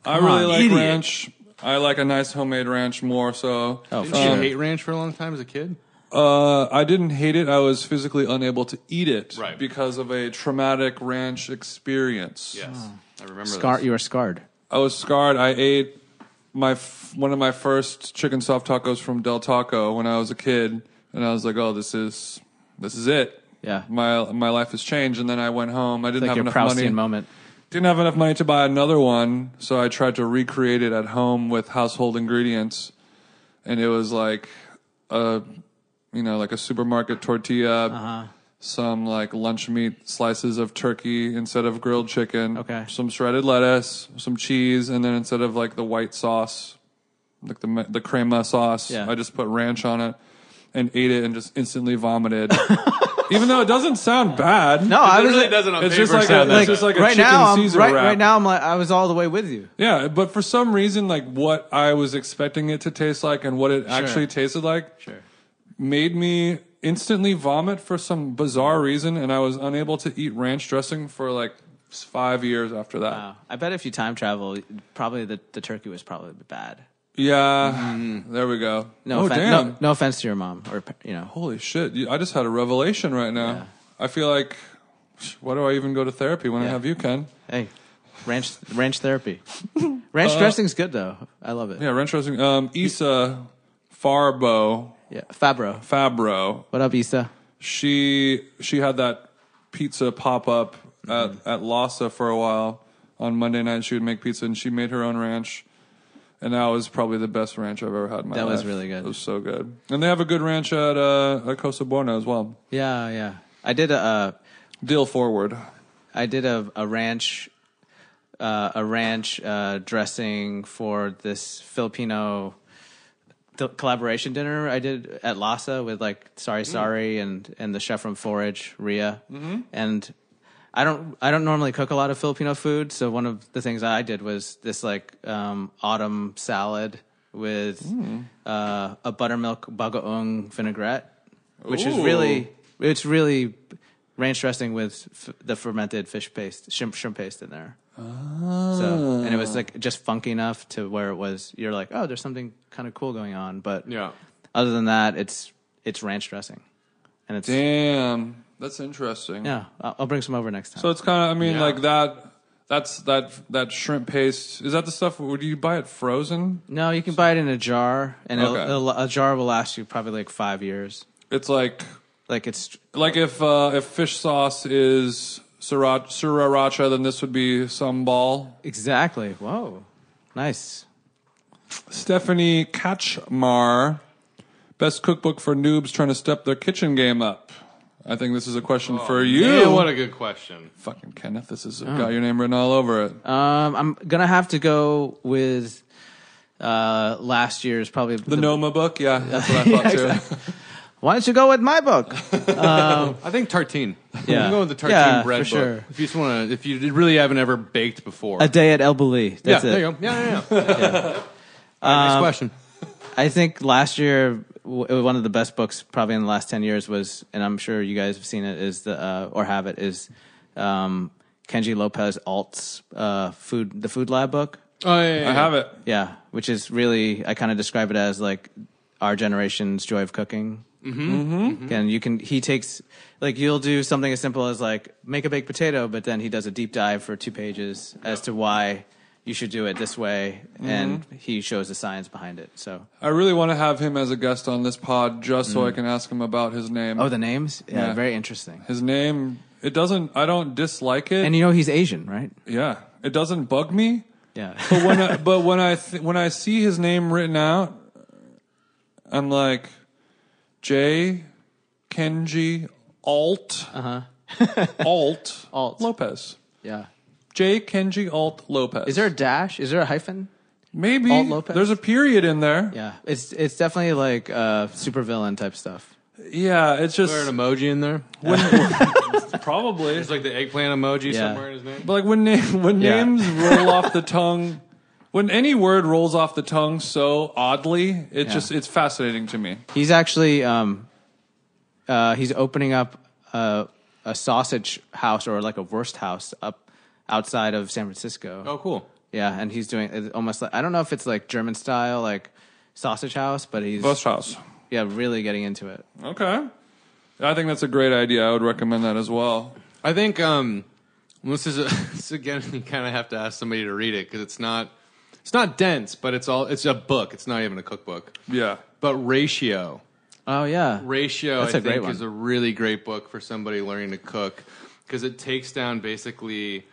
I really
on,
like
idiot.
ranch. I like a nice homemade ranch more, so
Oh,
Did
for
you
sure.
hate ranch for a long time as a kid?
uh, I didn't hate it. I was physically unable to eat it
Right.
because of a traumatic ranch experience.
Yes, I remember.
Scar,
this.
you are scarred.
I was scarred. I ate my f- one of my first chicken soft tacos from Del Taco when I was a kid, and I was like, "Oh, this is this is it."
Yeah.
my my life has changed. And then I went home. I didn't
Like
have
your
enough
Proustian
money.
moment.
Didn't have enough money to buy another one, so I tried to recreate it at home with household ingredients, and it was like a you know like a supermarket tortilla.
Uh-huh.
Some like lunch meat slices of turkey instead of grilled chicken.
Okay.
Some shredded lettuce, some cheese, and then instead of like the white sauce, like the me- the crema sauce,
Yeah.
I just put ranch on it and ate it and just instantly vomited. Even though it doesn't sound bad.
No, I
It
was
really
like,
doesn't on
It's
paper
just like
sound
a-
that
it's
good.
just like a
right
chicken
now, I'm,
Caesar
right,
wrap.
right now, I'm like, I was all the way with you.
Yeah, but for some reason, like what I was expecting it to taste like and what it actually tasted like
Sure.
made me instantly vomit for some bizarre reason, and I was unable to eat ranch dressing for like s- five years after that.
Wow. I bet if you time travel, probably the, the turkey was probably bad.
Yeah, there we go.
Mm-hmm. No,
oh,
offen-
damn.
no, no offense to your mom or you know.
Holy shit! you- I just had a revelation right now. I feel like, why do I even go to therapy when I
Yeah.
have you, Ken?
Hey, ranch ranch therapy. Ranch dressing's good though. I love it.
Yeah, ranch dressing. Um, Issa Farbo
Yeah. Fabro.
Fabro.
What up, Issa?
she she had that pizza pop up at
Mm-hmm.
at Lhasa for a while on Monday night. She would make pizza and she made her own ranch, and that was probably the best ranch I've ever had. in my
That
life.
was really good.
It was so good, and they have a good ranch at uh, at Costa Buena as well.
Yeah, yeah. I did a uh,
Deal forward.
I did a, a ranch uh, a ranch uh, dressing for this Filipino th- collaboration dinner I did at Lhasa with like Sorry Sorry and and the chef from Forage Ria and I don't I don't normally cook a lot of Filipino food so one of the things I did was this like um, autumn salad with uh, a buttermilk bagoong vinaigrette which is
Ooh.
really it's really ranch dressing with f- the fermented fish paste shrimp shrimp paste in there so and it was like just funky enough to where it was you're like oh there's something kind of cool going on but
Yeah.
other than that it's it's ranch dressing and it's
Damn, that's interesting.
yeah I'll, I'll bring some over next time
So it's kind of, I mean,
Yeah.
like that. That's that that shrimp paste. Is that the stuff? Would you buy it frozen?
no you can buy it in a jar and it'll,
Okay.
it'll- a jar will last you probably like five years
It's like
like it's
like if uh, if fish sauce is sriracha, sriracha, then this would be sambal.
exactly whoa nice
Stephanie Kachmar, best cookbook for noobs trying to step their kitchen game up. I think this is a question for you.
Yeah, what a good question.
Fucking Kenneth, this is got your name written all over it.
um i'm gonna have to go with uh last year's probably
the Noma book, yeah, that's what I thought too.
why don't you go with my book
I think tartine.
Yeah.
I'm going with the tartine
Yeah,
bread
for
book.
sure.
If you just want to, if you really haven't ever baked before.
a day at el Bulli.
yeah,
that's it Um,
there you go. Yeah, yeah, yeah. All right, next question.
I think last year w- one of the best books probably in the last ten years was, and I'm sure you guys have seen it, is the uh, or have it is um, Kenji Lopez Alt's uh, food the Food Lab book.
Oh, yeah, yeah, yeah.
I have it.
Yeah, which is really I kind of describe it as like our generation's joy of cooking. Mm-hmm. And you can he takes like you'll do something as simple as like make a baked potato, but then he does a deep dive for two pages as to why you should do it this way, and he shows the science behind it. So
I really want to have him as a guest on this pod just so I can ask him about his name.
Oh, the names? Yeah,
Yeah.
very interesting.
his name, it doesn't, I don't dislike it.
And you know he's Asian, right?
yeah, it doesn't bug me.
Yeah.
But when I, but when I th- when I see his name written out, I'm like, J, Kenji Alt
Uh-huh.
Alt
Alt.
Lopez.
yeah.
J Kenji Alt Lopez.
Is there a dash? Is there a hyphen?
maybe
Alt Lopez?
there's a period in there?
Yeah. It's it's definitely like uh supervillain type stuff.
Yeah, it's just
Is there an emoji in there?
probably.
It's like the eggplant emoji
Yeah.
somewhere in his name.
But like when name, when
Yeah.
names roll off the tongue, when any word rolls off the tongue so oddly, it
Yeah.
just it's fascinating to me.
He's actually um uh he's opening up uh, a sausage house or like a worst house up outside of San Francisco.
Oh, cool.
Yeah, and he's doing it's almost like I don't know if it's like German style like sausage house, but he's
Bus house.
yeah, really getting into it.
Okay. I think that's a great idea. I would recommend that as well.
I think um, this is a, this again. You kind of have to ask somebody to read it because it's not it's not dense, but it's all it's a book. It's not even a cookbook.
Yeah.
But ratio,
Oh yeah.
ratio,
That's
I
a great
think
one.
is a really great book for somebody learning to cook because it takes down basically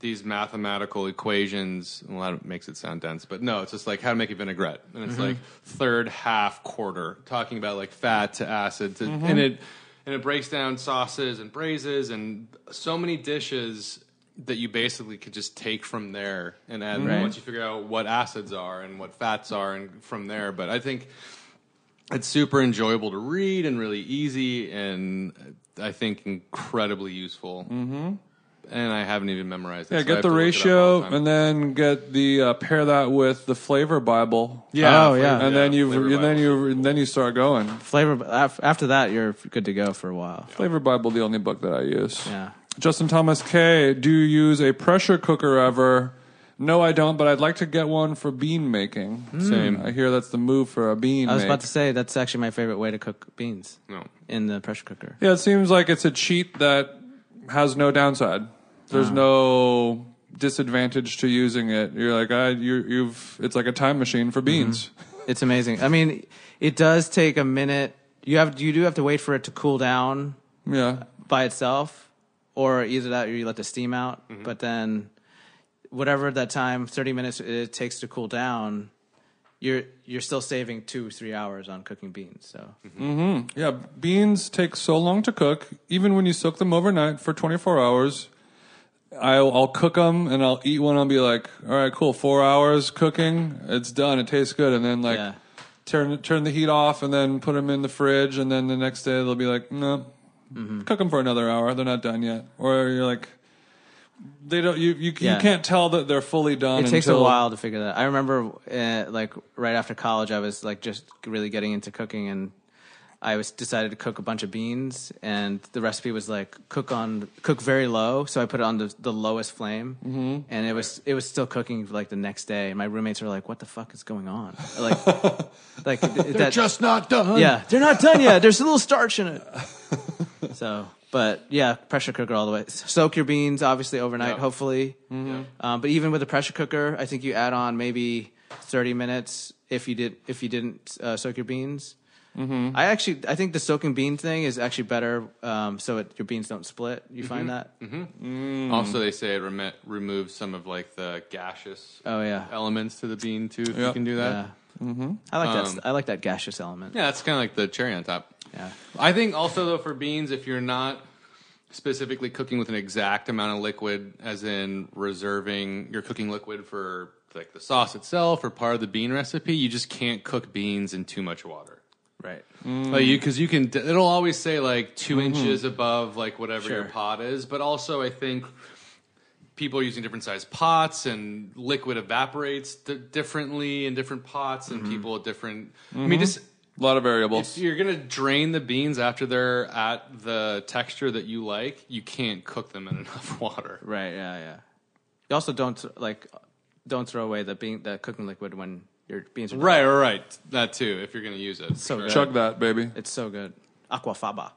these mathematical equations. Well, that makes it sound dense, but no, it's just like how to make a vinaigrette, and it's like
Mm-hmm.
third, half, quarter, talking about like fat to acid, to,
Mm-hmm.
and it and it breaks down sauces and braises and so many dishes that you basically could just take from there and add
Mm-hmm.
once you figure out what acids are and what fats are and from there. But I think it's super enjoyable to read and really easy and I think incredibly useful. Mm-hmm. And I haven't even memorized it.
Yeah,
so I
get
have
the
to look it up all
ratio
the time.
and then get the uh, pair that with the flavor bible.
yeah,
Oh, yeah.
And then you
flavor
and then
Bible.
you and then you start going.
Flavor af- after that you're good to go for a while.
Flavor bible the only book that I use.
Yeah.
Justin Thomas K, do you use a pressure cooker ever? No, I don't, but I'd like to get one for bean making. Same. I hear that's the move for a bean.
Hmm. I was
make.
about to say that's actually my favorite way to cook beans.
No.
In the pressure cooker.
Yeah, it seems like it's a cheat that has no downside. There's no disadvantage to using it. You're like, I, you, you've. It's like a time machine for beans.
It's amazing. I mean, it does take a minute. You have you do have to wait for it to cool down
Yeah,
by itself, or either that or you let the steam out. But then, whatever that time, thirty minutes it takes to cool down, you're you're still saving two three hours on cooking beans. So
yeah. Beans take so long to cook, even when you soak them overnight for 24 hours. I'll, I'll cook them and I'll eat one. I'll be like, all right, cool. Four hours cooking. It's done. It tastes good. And then like
Yeah.
turn turn the heat off and then put them in the fridge. And then the next day they'll be like, no,
Mm-hmm.
cook them for another hour. They're not done yet. Or you're like, they don't. You you,
Yeah.
you can't tell that they're fully done.
It takes a
until-
while to figure that. I remember, uh, like right after college, I was like just really getting into cooking, and I was decided to cook a bunch of beans, and the recipe was like cook on cook very low, so I put it on the, the lowest flame, and it was it was still cooking like the next day, and my roommates were like, "What the fuck is going on?" Like, like they're that,
Just not done.
yeah, they're not done yet. There's a little starch in it. So, but yeah, pressure cooker all the way. Soak your beans obviously overnight,
Yeah.
hopefully. Um, but even with a pressure cooker, I think you add on maybe 30 minutes if you did if you didn't uh, soak your beans. I actually I think the soaking bean thing is actually better, um, so it, your beans don't split. You find that?
Mm-hmm.
Also, they say it remi- removes some of like the gaseous
Oh yeah,
elements to the bean too. If you
Yep.
can do
yeah.
that,
I like that. I like that gaseous element.
yeah, that's kind of like the cherry on top.
Yeah.
I think also though for beans, if you're not specifically cooking with an exact amount of liquid, as in reserving your cooking liquid for like the sauce itself or part of the bean recipe, you just can't cook beans in too much water.
Right.
Like you, because you can. d- It'll always say like 2 inches above like whatever your
Mm-hmm. Sure.
pot is. But also, I think people are using different size pots, and liquid evaporates d- differently in different pots, and
Mm-hmm.
people at different. I mean, just
A lot of
if
variables.
you're gonna drain the beans after they're at the texture that you like, you can't cook them in enough water.
Right. Yeah. Yeah. You also don't like don't throw away the bean the cooking liquid when your beans are done.
Right, right. That too, if you're gonna use it.
So good.
Chug that, baby.
uh, It's so good. Aquafaba.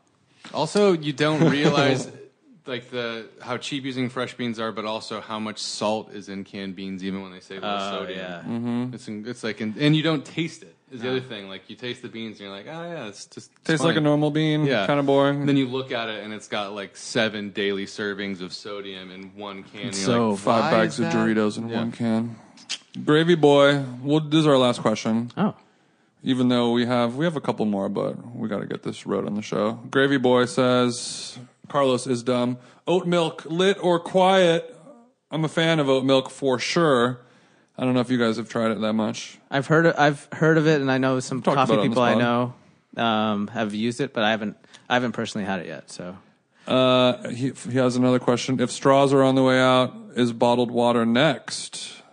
Also, you don't realize like the how cheap using fresh beans are, but also how much salt is in canned beans, even when they say low
Oh,
Oh,
sodium. It's in- it's like in, and you don't taste it. Is the other thing like you taste the beans and you're like, oh yeah, it's just it's
Tastes like a
fine."
normal bean.
Yeah.
Kind of boring.
And then you look at it and it's got like seven daily servings of sodium in one can. and you're
so
like,
Five
"Why
bags
is
of
that?"
Doritos in
Yeah.
one can. Gravy boy. Well, this is our last question.
Oh.
Even though we have we have a couple more, but we got to get this road on the show. Gravy boy says Carlos is dumb. Oat milk, lit or quiet. I'm a fan of oat milk for sure. I don't know if you guys have tried it that much.
I've heard of, I've heard of it and I know some
Talked
coffee
about it on
people
this
I
pod.
know um, have used it, but I haven't I haven't personally had it yet, so
Uh, he, he has another question. If straws are on the way out, is bottled water next?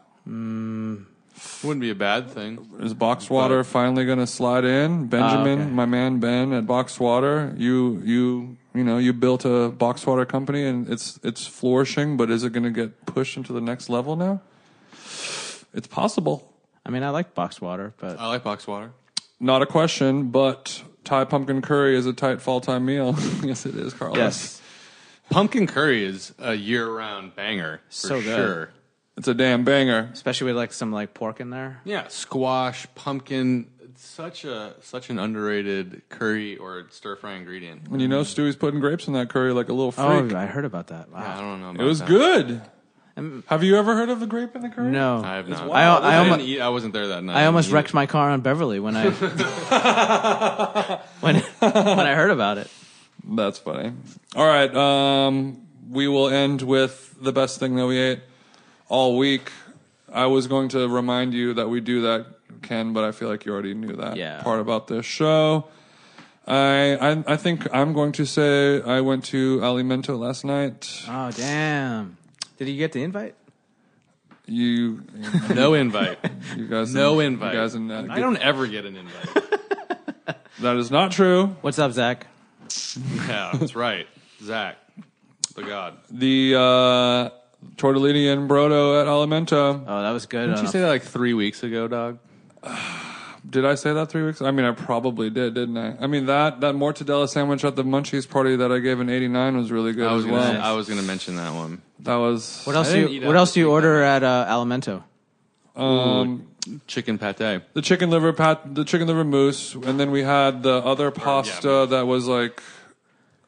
Wouldn't be a bad thing.
Is Box Water finally going to slide in? Benjamin,
Ah, okay.
my man Ben at Box Water, you you you know you built a Box Water company and it's it's flourishing, but is it going to get pushed into the next level now? It's possible.
I mean I like boxed water, but
Oh.
I like box water.
Not a question, but Thai pumpkin curry is a tight fall time meal. yes, it is, Carlos.
yes.
Pumpkin curry is a year-round banger for
So good.
sure.
it's a damn banger.
Especially with like some like pork in there.
Yeah, squash, pumpkin, it's such a such an underrated curry or stir fry ingredient.
And you know Stewie's putting grapes in that curry like a little freak.
Oh, I heard about that. Wow.
I don't know. About
It was
that.
good. Have you ever heard of the grape in the curry?
No.
I have not.
I, I,
I,
almost,
didn't eat, I wasn't there that night.
I almost
Either.
wrecked my car on Beverly when I when when I heard about it.
That's funny. All right. Um, we will end with the best thing that we ate all week. I was going to remind you that we do that, Ken, but I feel like you already knew that
Yeah.
part about this show. I, I I think I'm going to say I went to Alimento last night.
Oh damn! Did you get the invite?
You
No invite.
you guys
No
you
invite.
guys and that,
I don't ever get an invite.
that is not true.
What's up, Zach?
yeah, that's right. Zach, the god.
The uh, tortellini and brodo at Alimento.
Oh, that was good. on a-
that like three weeks ago, dog?
Did I say that three weeks? I mean, I probably did, didn't I? I mean that that mortadella sandwich at the Munchies party that I gave an eighty nine was really good
I was
as
gonna.
well.
I was gonna mention that one.
that was
what
I
else? Do
didn't eat
you, what
out
else
this
do you
week,
order at uh, Alimento?
Chicken pate.
the chicken liver pat, the chicken liver mousse, and then we had the other pasta that was like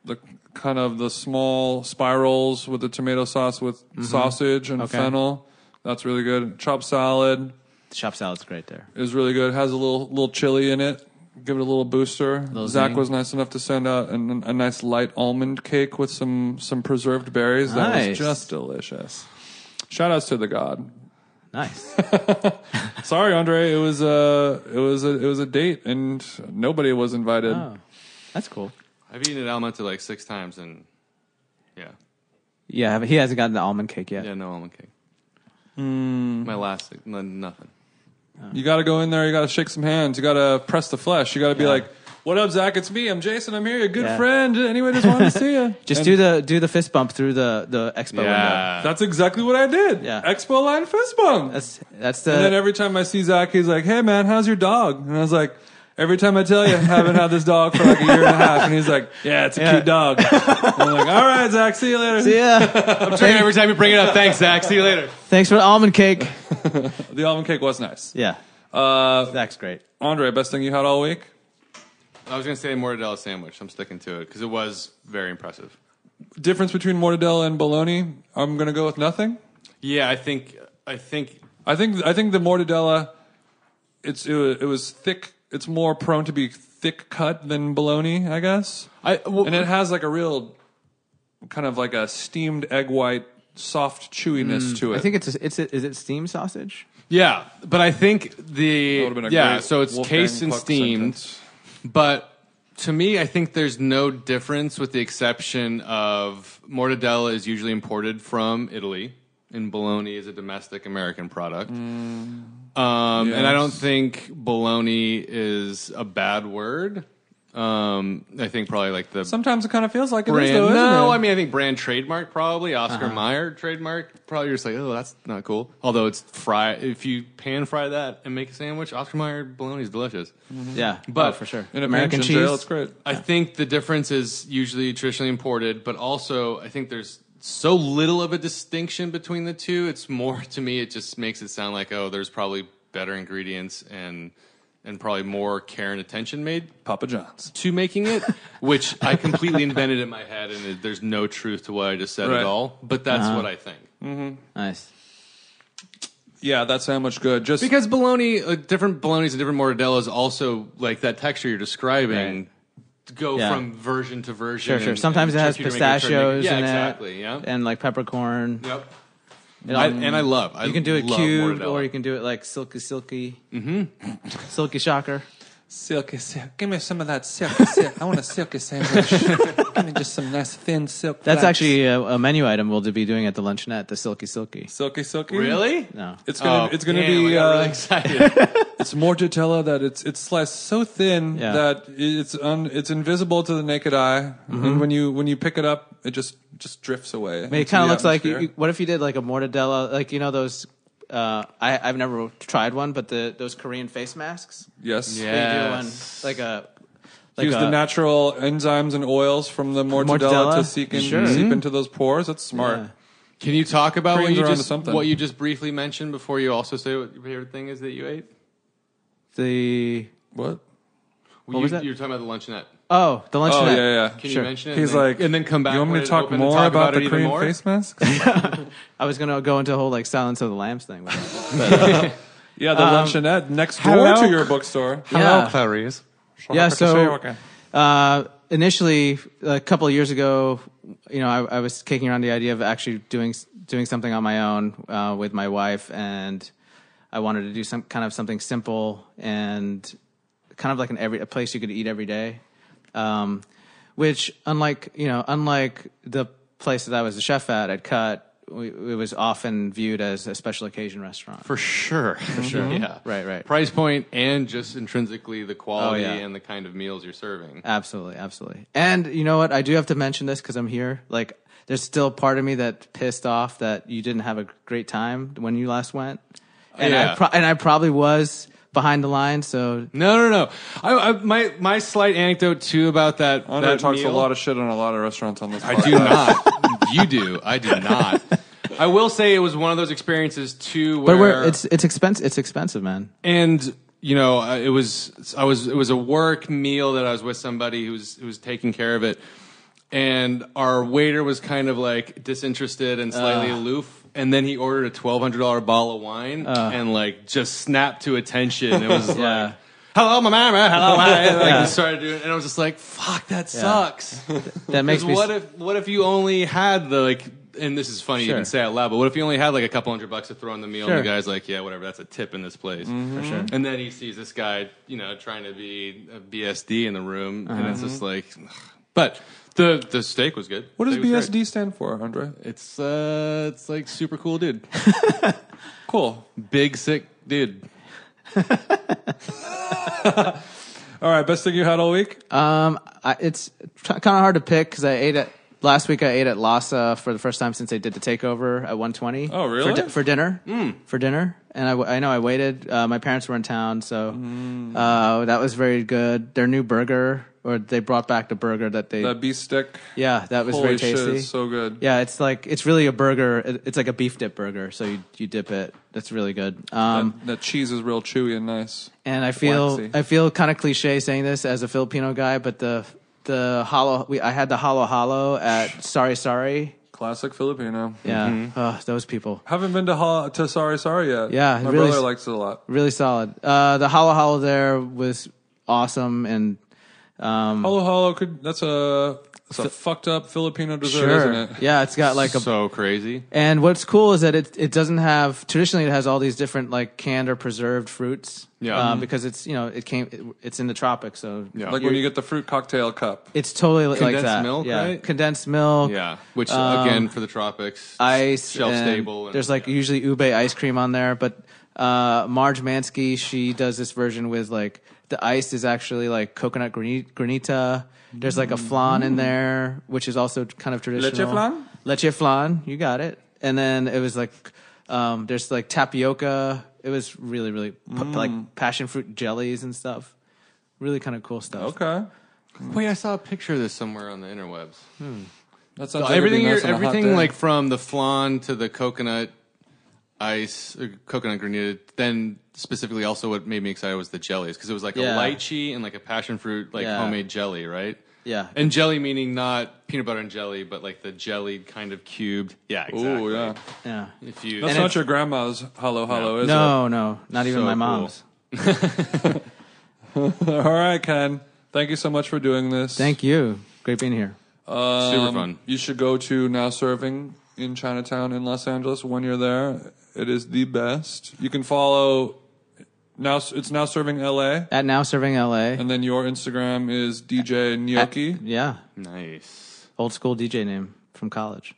the kind of the small spirals with the tomato sauce with sausage and
Mm-hmm. Okay.
fennel. That's really good. Chopped salad
The shop salad's great there.
is really good. Has a little little chili in it. Give it a little booster. Zach
zing.
was nice enough to send out an, a nice light almond cake with some some preserved berries. That was
Nice.
just delicious. Shout outs to the god.
Nice.
Sorry, Andre. It was a it was a it was a date, and nobody was invited.
Oh, that's cool.
I've eaten it Alamante like six times, and yeah,
Yeah, but he hasn't gotten the almond cake yet.
yeah, Mm. no almond cake. My last no, nothing.
You got to go in there. You got to shake some hands. You got to press the flesh. You got to be like, "What up, Zach? It's me. I'm Jason. I'm here. Your good
Yeah.
friend. Anyway, just wanted to see you."
Just do the do the fist bump through the the expo window.
Yeah,
That's exactly what I did.
Yeah.
Expo line fist bump.
That's that's
and then
the
every time I see Zach, he's like, "Hey, man, how's your dog?" And I was like. Every time I tell you, I haven't had this dog for like a year and a half, and he's like, "Yeah, it's a
Yeah.
cute dog." And I'm like, "All right, Zach, see you later."
yeah.
every time you bring it up, thanks, Zach. See you later.
Thanks for the almond cake.
The almond cake was nice.
Yeah,
Uh,
that's great.
Andre, best thing you had all week?
I was gonna say mortadella sandwich. I'm sticking to it because it was very impressive.
Difference between mortadella and bologna? I'm gonna go with nothing.
Yeah, I think I think
I think I think the mortadella, it's it was, it was thick. It's more prone to be thick cut than bologna, I guess.
I well,
And it has like a real kind of like a steamed egg white soft chewiness to it.
I think it's a, it's a, is it steam sausage?
yeah, but I think the
would've been a
yeah.
great
So it's
Wolfgang
cased and
Puck
steamed,
sentence.
but to me, I think there's no difference with the exception of mortadella is usually imported from Italy, and bologna is a domestic American product. Um, And I don't
Mm. Yes.
think bologna is a bad word. Um, I think probably like the
Sometimes it kind of feels like it is
brand.
though, isn't
no,
it? Uh-huh.
I mean I think brand trademark probably Oscar Mayer trademark. Probably you're just like, oh, that's not cool. Although it's fry. If you pan fry that and make a sandwich, Oscar Mayer bologna is delicious.
Mm-hmm.
Yeah,
But-
oh, for sure.
in a
American
pinch and jail,
cheese.
it's great.
I think the difference is usually traditionally imported, but also I think there's so little of a distinction between the two. It's more to me, it just makes it sound like oh, there's probably better ingredients and and probably more care and attention made
Papa John's.
to making it, which I completely invented in my head, and it- there's no truth to what I just said
Right.
at all. But that's
Uh-huh.
what I think.
Nice.
Yeah, that sandwich good. Just
Because bologna, uh, different bolognas and different mortadellas, also like that texture you're describing, go
Yeah.
from version to version.
Sure, sure.
and-
Sometimes
and
it has
tricky to make it, tricky to make
pistachios
it. Yeah,
in
exactly.
it,
Yeah.
and like peppercorn.
yep.
It
I,
all-
and I love. I
you can do it
love
cubed,
mortadella.
or you can do it like silky, silky, Mm-hmm. silky shocker.
Silky, silk. Give me some of that silky, silk. I want a silky sandwich. Give me just some nice thin silk.
That's
flaps.
actually a, a menu item we'll be doing at the luncheonette. The silky, silky.
silky silky.
really.
No,
It's gonna
Oh,
it's gonna
damn,
be
I got
uh,
really excited.
It's mortadella that it's it's sliced so thin
Yeah.
that it's un, it's invisible to the naked eye, and when you when you pick it up, it just just drifts away.
I mean, Mm-hmm. it kind of looks like. You, you- what if you did like a mortadella, like you know those? Uh, I I've never tried one, but the those Korean face masks.
yes,
Yeah.
They do one
Yes.
like a like
Use
a,
uh,
the natural enzymes and oils from the mortadella, Hmm?
Mortadella?
to seep, in,
Sure.
seep into those pores. That's smart.
Yeah.
Can you talk about what
Koreans
you
are onto
just
something.
what you just briefly mentioned before you also say what your favorite thing is that you ate?
the
What?
Well, you,
was that?
You're talking about the luncheonette.
oh the
Oh
luncheonette.
yeah, yeah.
Can
Sure.
you mention it?
He's
and then,
like,
and then come back.
You want me
when
to
it
talk
opened
more
and talk
about,
it
the
even
Korean
more?
face masks?
I was gonna go into a whole like Silence of the Lambs thing. With it.
yeah, the luncheonette next door
hello?
to your bookstore.
yeah.
Clarice.
yeah so uh, initially a couple of years ago you know I, I was kicking around the idea of actually doing doing something on my own uh, with my wife and i wanted to do some kind of something simple and kind of like an every a place you could eat every day um, which unlike you know unlike the place that i was a chef at at cut we, it was often viewed as a special occasion restaurant
For sure. For sure. Yeah.
Right, right.
Price point and just intrinsically the quality
yeah.
and the kind of meals you're serving.
Absolutely, absolutely. And you know what? I do have to mention this because I'm here. Like, there's still part of me that pissed off that you didn't have a great time when you last went, and
Oh, Yeah.
I pro- and I probably was behind the line. So
No, no, no. I, I, my my slight anecdote too about that.
Andre
that
talks
meal.
a lot of shit on a lot of restaurants on this.
I do not. you do. I do not. I will say it was one of those experiences too where
but we're, it's it's expensive. It's expensive, man.
and you know I- it was i was it was a work meal that i was with somebody who was who was taking care of it and our waiter was kind of like disinterested and slightly aloof and then he ordered a $1200 bottle of wine and like just snapped to attention it was like
Yeah.
hello, my mama, hello. I, like, he started doing, and I was just like, fuck, that sucks.
That
Because
makes me.
what if what if you only had the like and this is funny you
Sure.
can say out loud, but what if you only had like a couple hundred bucks to throw on the meal and the
Sure. Mm-hmm.
guy's like, Yeah, whatever, that's a tip in this place.
for sure.
And then he sees this guy, you know, trying to be a BSD in the room and it's just
Uh-huh.
like but the the steak was good.
What does
Steak was
BSD
great.
stand for, Andre?
It's uh it's like super cool dude.
Cool.
Big sick dude.
All right, best thing you had all week?
Um, I, it's kind of hard to pick because I ate at last week. I ate at Lhasa for the first time since they did the takeover at 120.
Oh,
for
really? Hmm.
di- For, dinner, for dinner, and I, w- I know I waited. Uh, my parents were in town, so
Hmm.
uh, that was very good. Their new burger, or they brought back the burger that they.
That beef stick.
yeah, that was
Holy
very tasty.
shit, it's so good.
Yeah, it's like it's really a burger. It- It's like a beef dip burger. So you you dip it. That's really good. Um,
that, that cheese is real chewy and nice.
and I feel
Waxy.
I feel kind of cliche saying this as a Filipino guy, but the the hollow we I had the hollow hollow at Sorry Sorry.
Classic Filipino.
Yeah,
Mm-hmm.
Ugh, those people
Haven't been to ha- to Sari Sari yet.
Yeah,
my
really
brother
s-
likes it a lot.
really solid. Uh, the hollow hollow there was awesome, and um,
Holo holo could that's a that's a fucked up Filipino dessert,
sure,
isn't it?
yeah, it's got like a.
so crazy.
and what's cool is that it it doesn't have traditionally it has all these different like canned or preserved fruits.
Yeah.
uh,
Mhm.
because it's you know it came it, it's in the tropics, so
Yeah.
Like when you get the fruit cocktail cup.
it's totally like
Condensed
that.
milk,
yeah,
right?
condensed milk.
yeah. Which
Um,
again for the tropics
ice
shelf
and
stable and-
there's like
yeah.
usually ube ice cream on there but uh marge mansky she does this version with like the ice is actually like coconut grani- granita there's like a flan
Mm.
in there which is also kind of traditional
flan?
leche flan you got it and then it was like um there's like tapioca it was really really p-
Mm.
like passion fruit jellies and stuff really kind of cool stuff
Okay.
Wait, I saw a picture of this somewhere on the interwebs.
That sounds like
everything,
nice
you're,
on a hot
everything
day.
like from the flan to the coconut ice, or coconut granita. Then specifically, also what made me excited was the jellies because it was like a
Yeah.
lychee and like a passion fruit, like
Yeah.
homemade jelly, right?
Yeah.
and jelly meaning not peanut butter and jelly, but like the jellied kind of cubed. Yeah, exactly.
Ooh, yeah.
yeah
If you
That's
And
not
it's-
your grandma's holo holo, is
no no not
So
even my
cool.
mom's
it? All right, Ken. Thank you so much for doing this.
thank you great being here
super
Um,
fun.
You should go to Now Serving in Chinatown in Los Angeles when you're there. It is the best. You can follow now. It's Now Serving LA,
at now serving la
and then your Instagram is DJ Gnocchi.
Yeah,
Nice,
old school DJ name from college.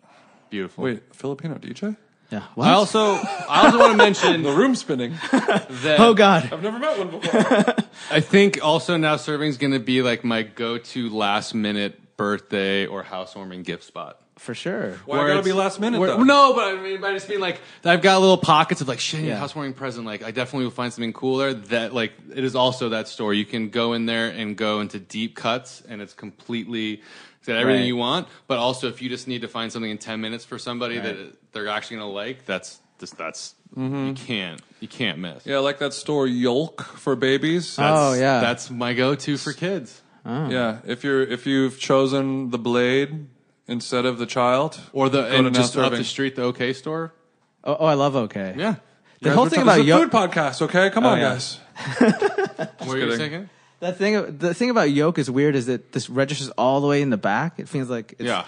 beautiful.
Wait, Filipino DJ?
Yeah.
I also I also want to mention
The room spinning.
that
oh God.
I've never met one before.
I think also now serving's going to be like my go-to last minute birthday or housewarming gift spot.
For sure.
Why gotta
it's-
be last minute
Where-
though?
No, but I mean, but I just mean like I've got little pockets of like shit, I need a
Yeah.
housewarming present. Like I definitely will find something cooler. That like it is also that store. You can go in there and go into deep cuts, and it's completely it's got everything
Right.
you want. But also, if you just need to find something in ten minutes for somebody that they're actually gonna like, that's just that's
Mm-hmm.
you can't you can't miss.
Yeah, like that store Yolk for babies.
Oh,
That's-
yeah.
that's my go-to for kids.
Yeah, if you're if you've chosen the blade instead of the child,
Or the
to
and
Now
just up
Serving.
the street, the OK store.
Oh, oh I love OK.
Yeah.
The
Guys,
whole
we're talking-
thing
this
about
is a
yo-
food podcast, okay? Come on,
yeah.
guys.
What were you
kidding.
thinking?
that thing. The thing about yoke is weird. Is that this registers all the way in the back? It feels like it's,
Yeah.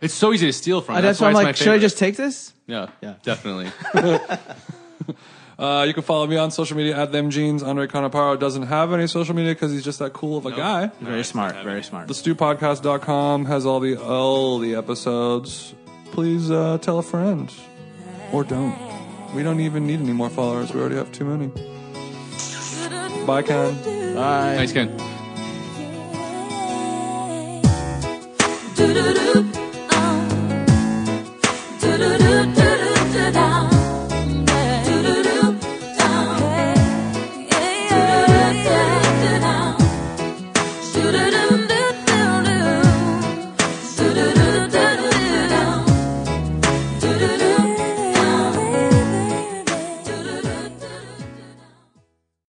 It's so easy to steal from.
Uh, that's, why I'm like, should I just take this?
Yeah,
Yeah.
definitely.
Uh, you can follow me on social media at them jeans. Andre Conaparo doesn't have any social media because he's just that cool of a guy.
Very smart. Very smart.
Thestewpodcast.com has all the all the episodes. Please uh, tell a friend, or don't. We don't even need any more followers. We already have too many. Bye, Ken.
Bye.
Thanks, Ken.
Do do do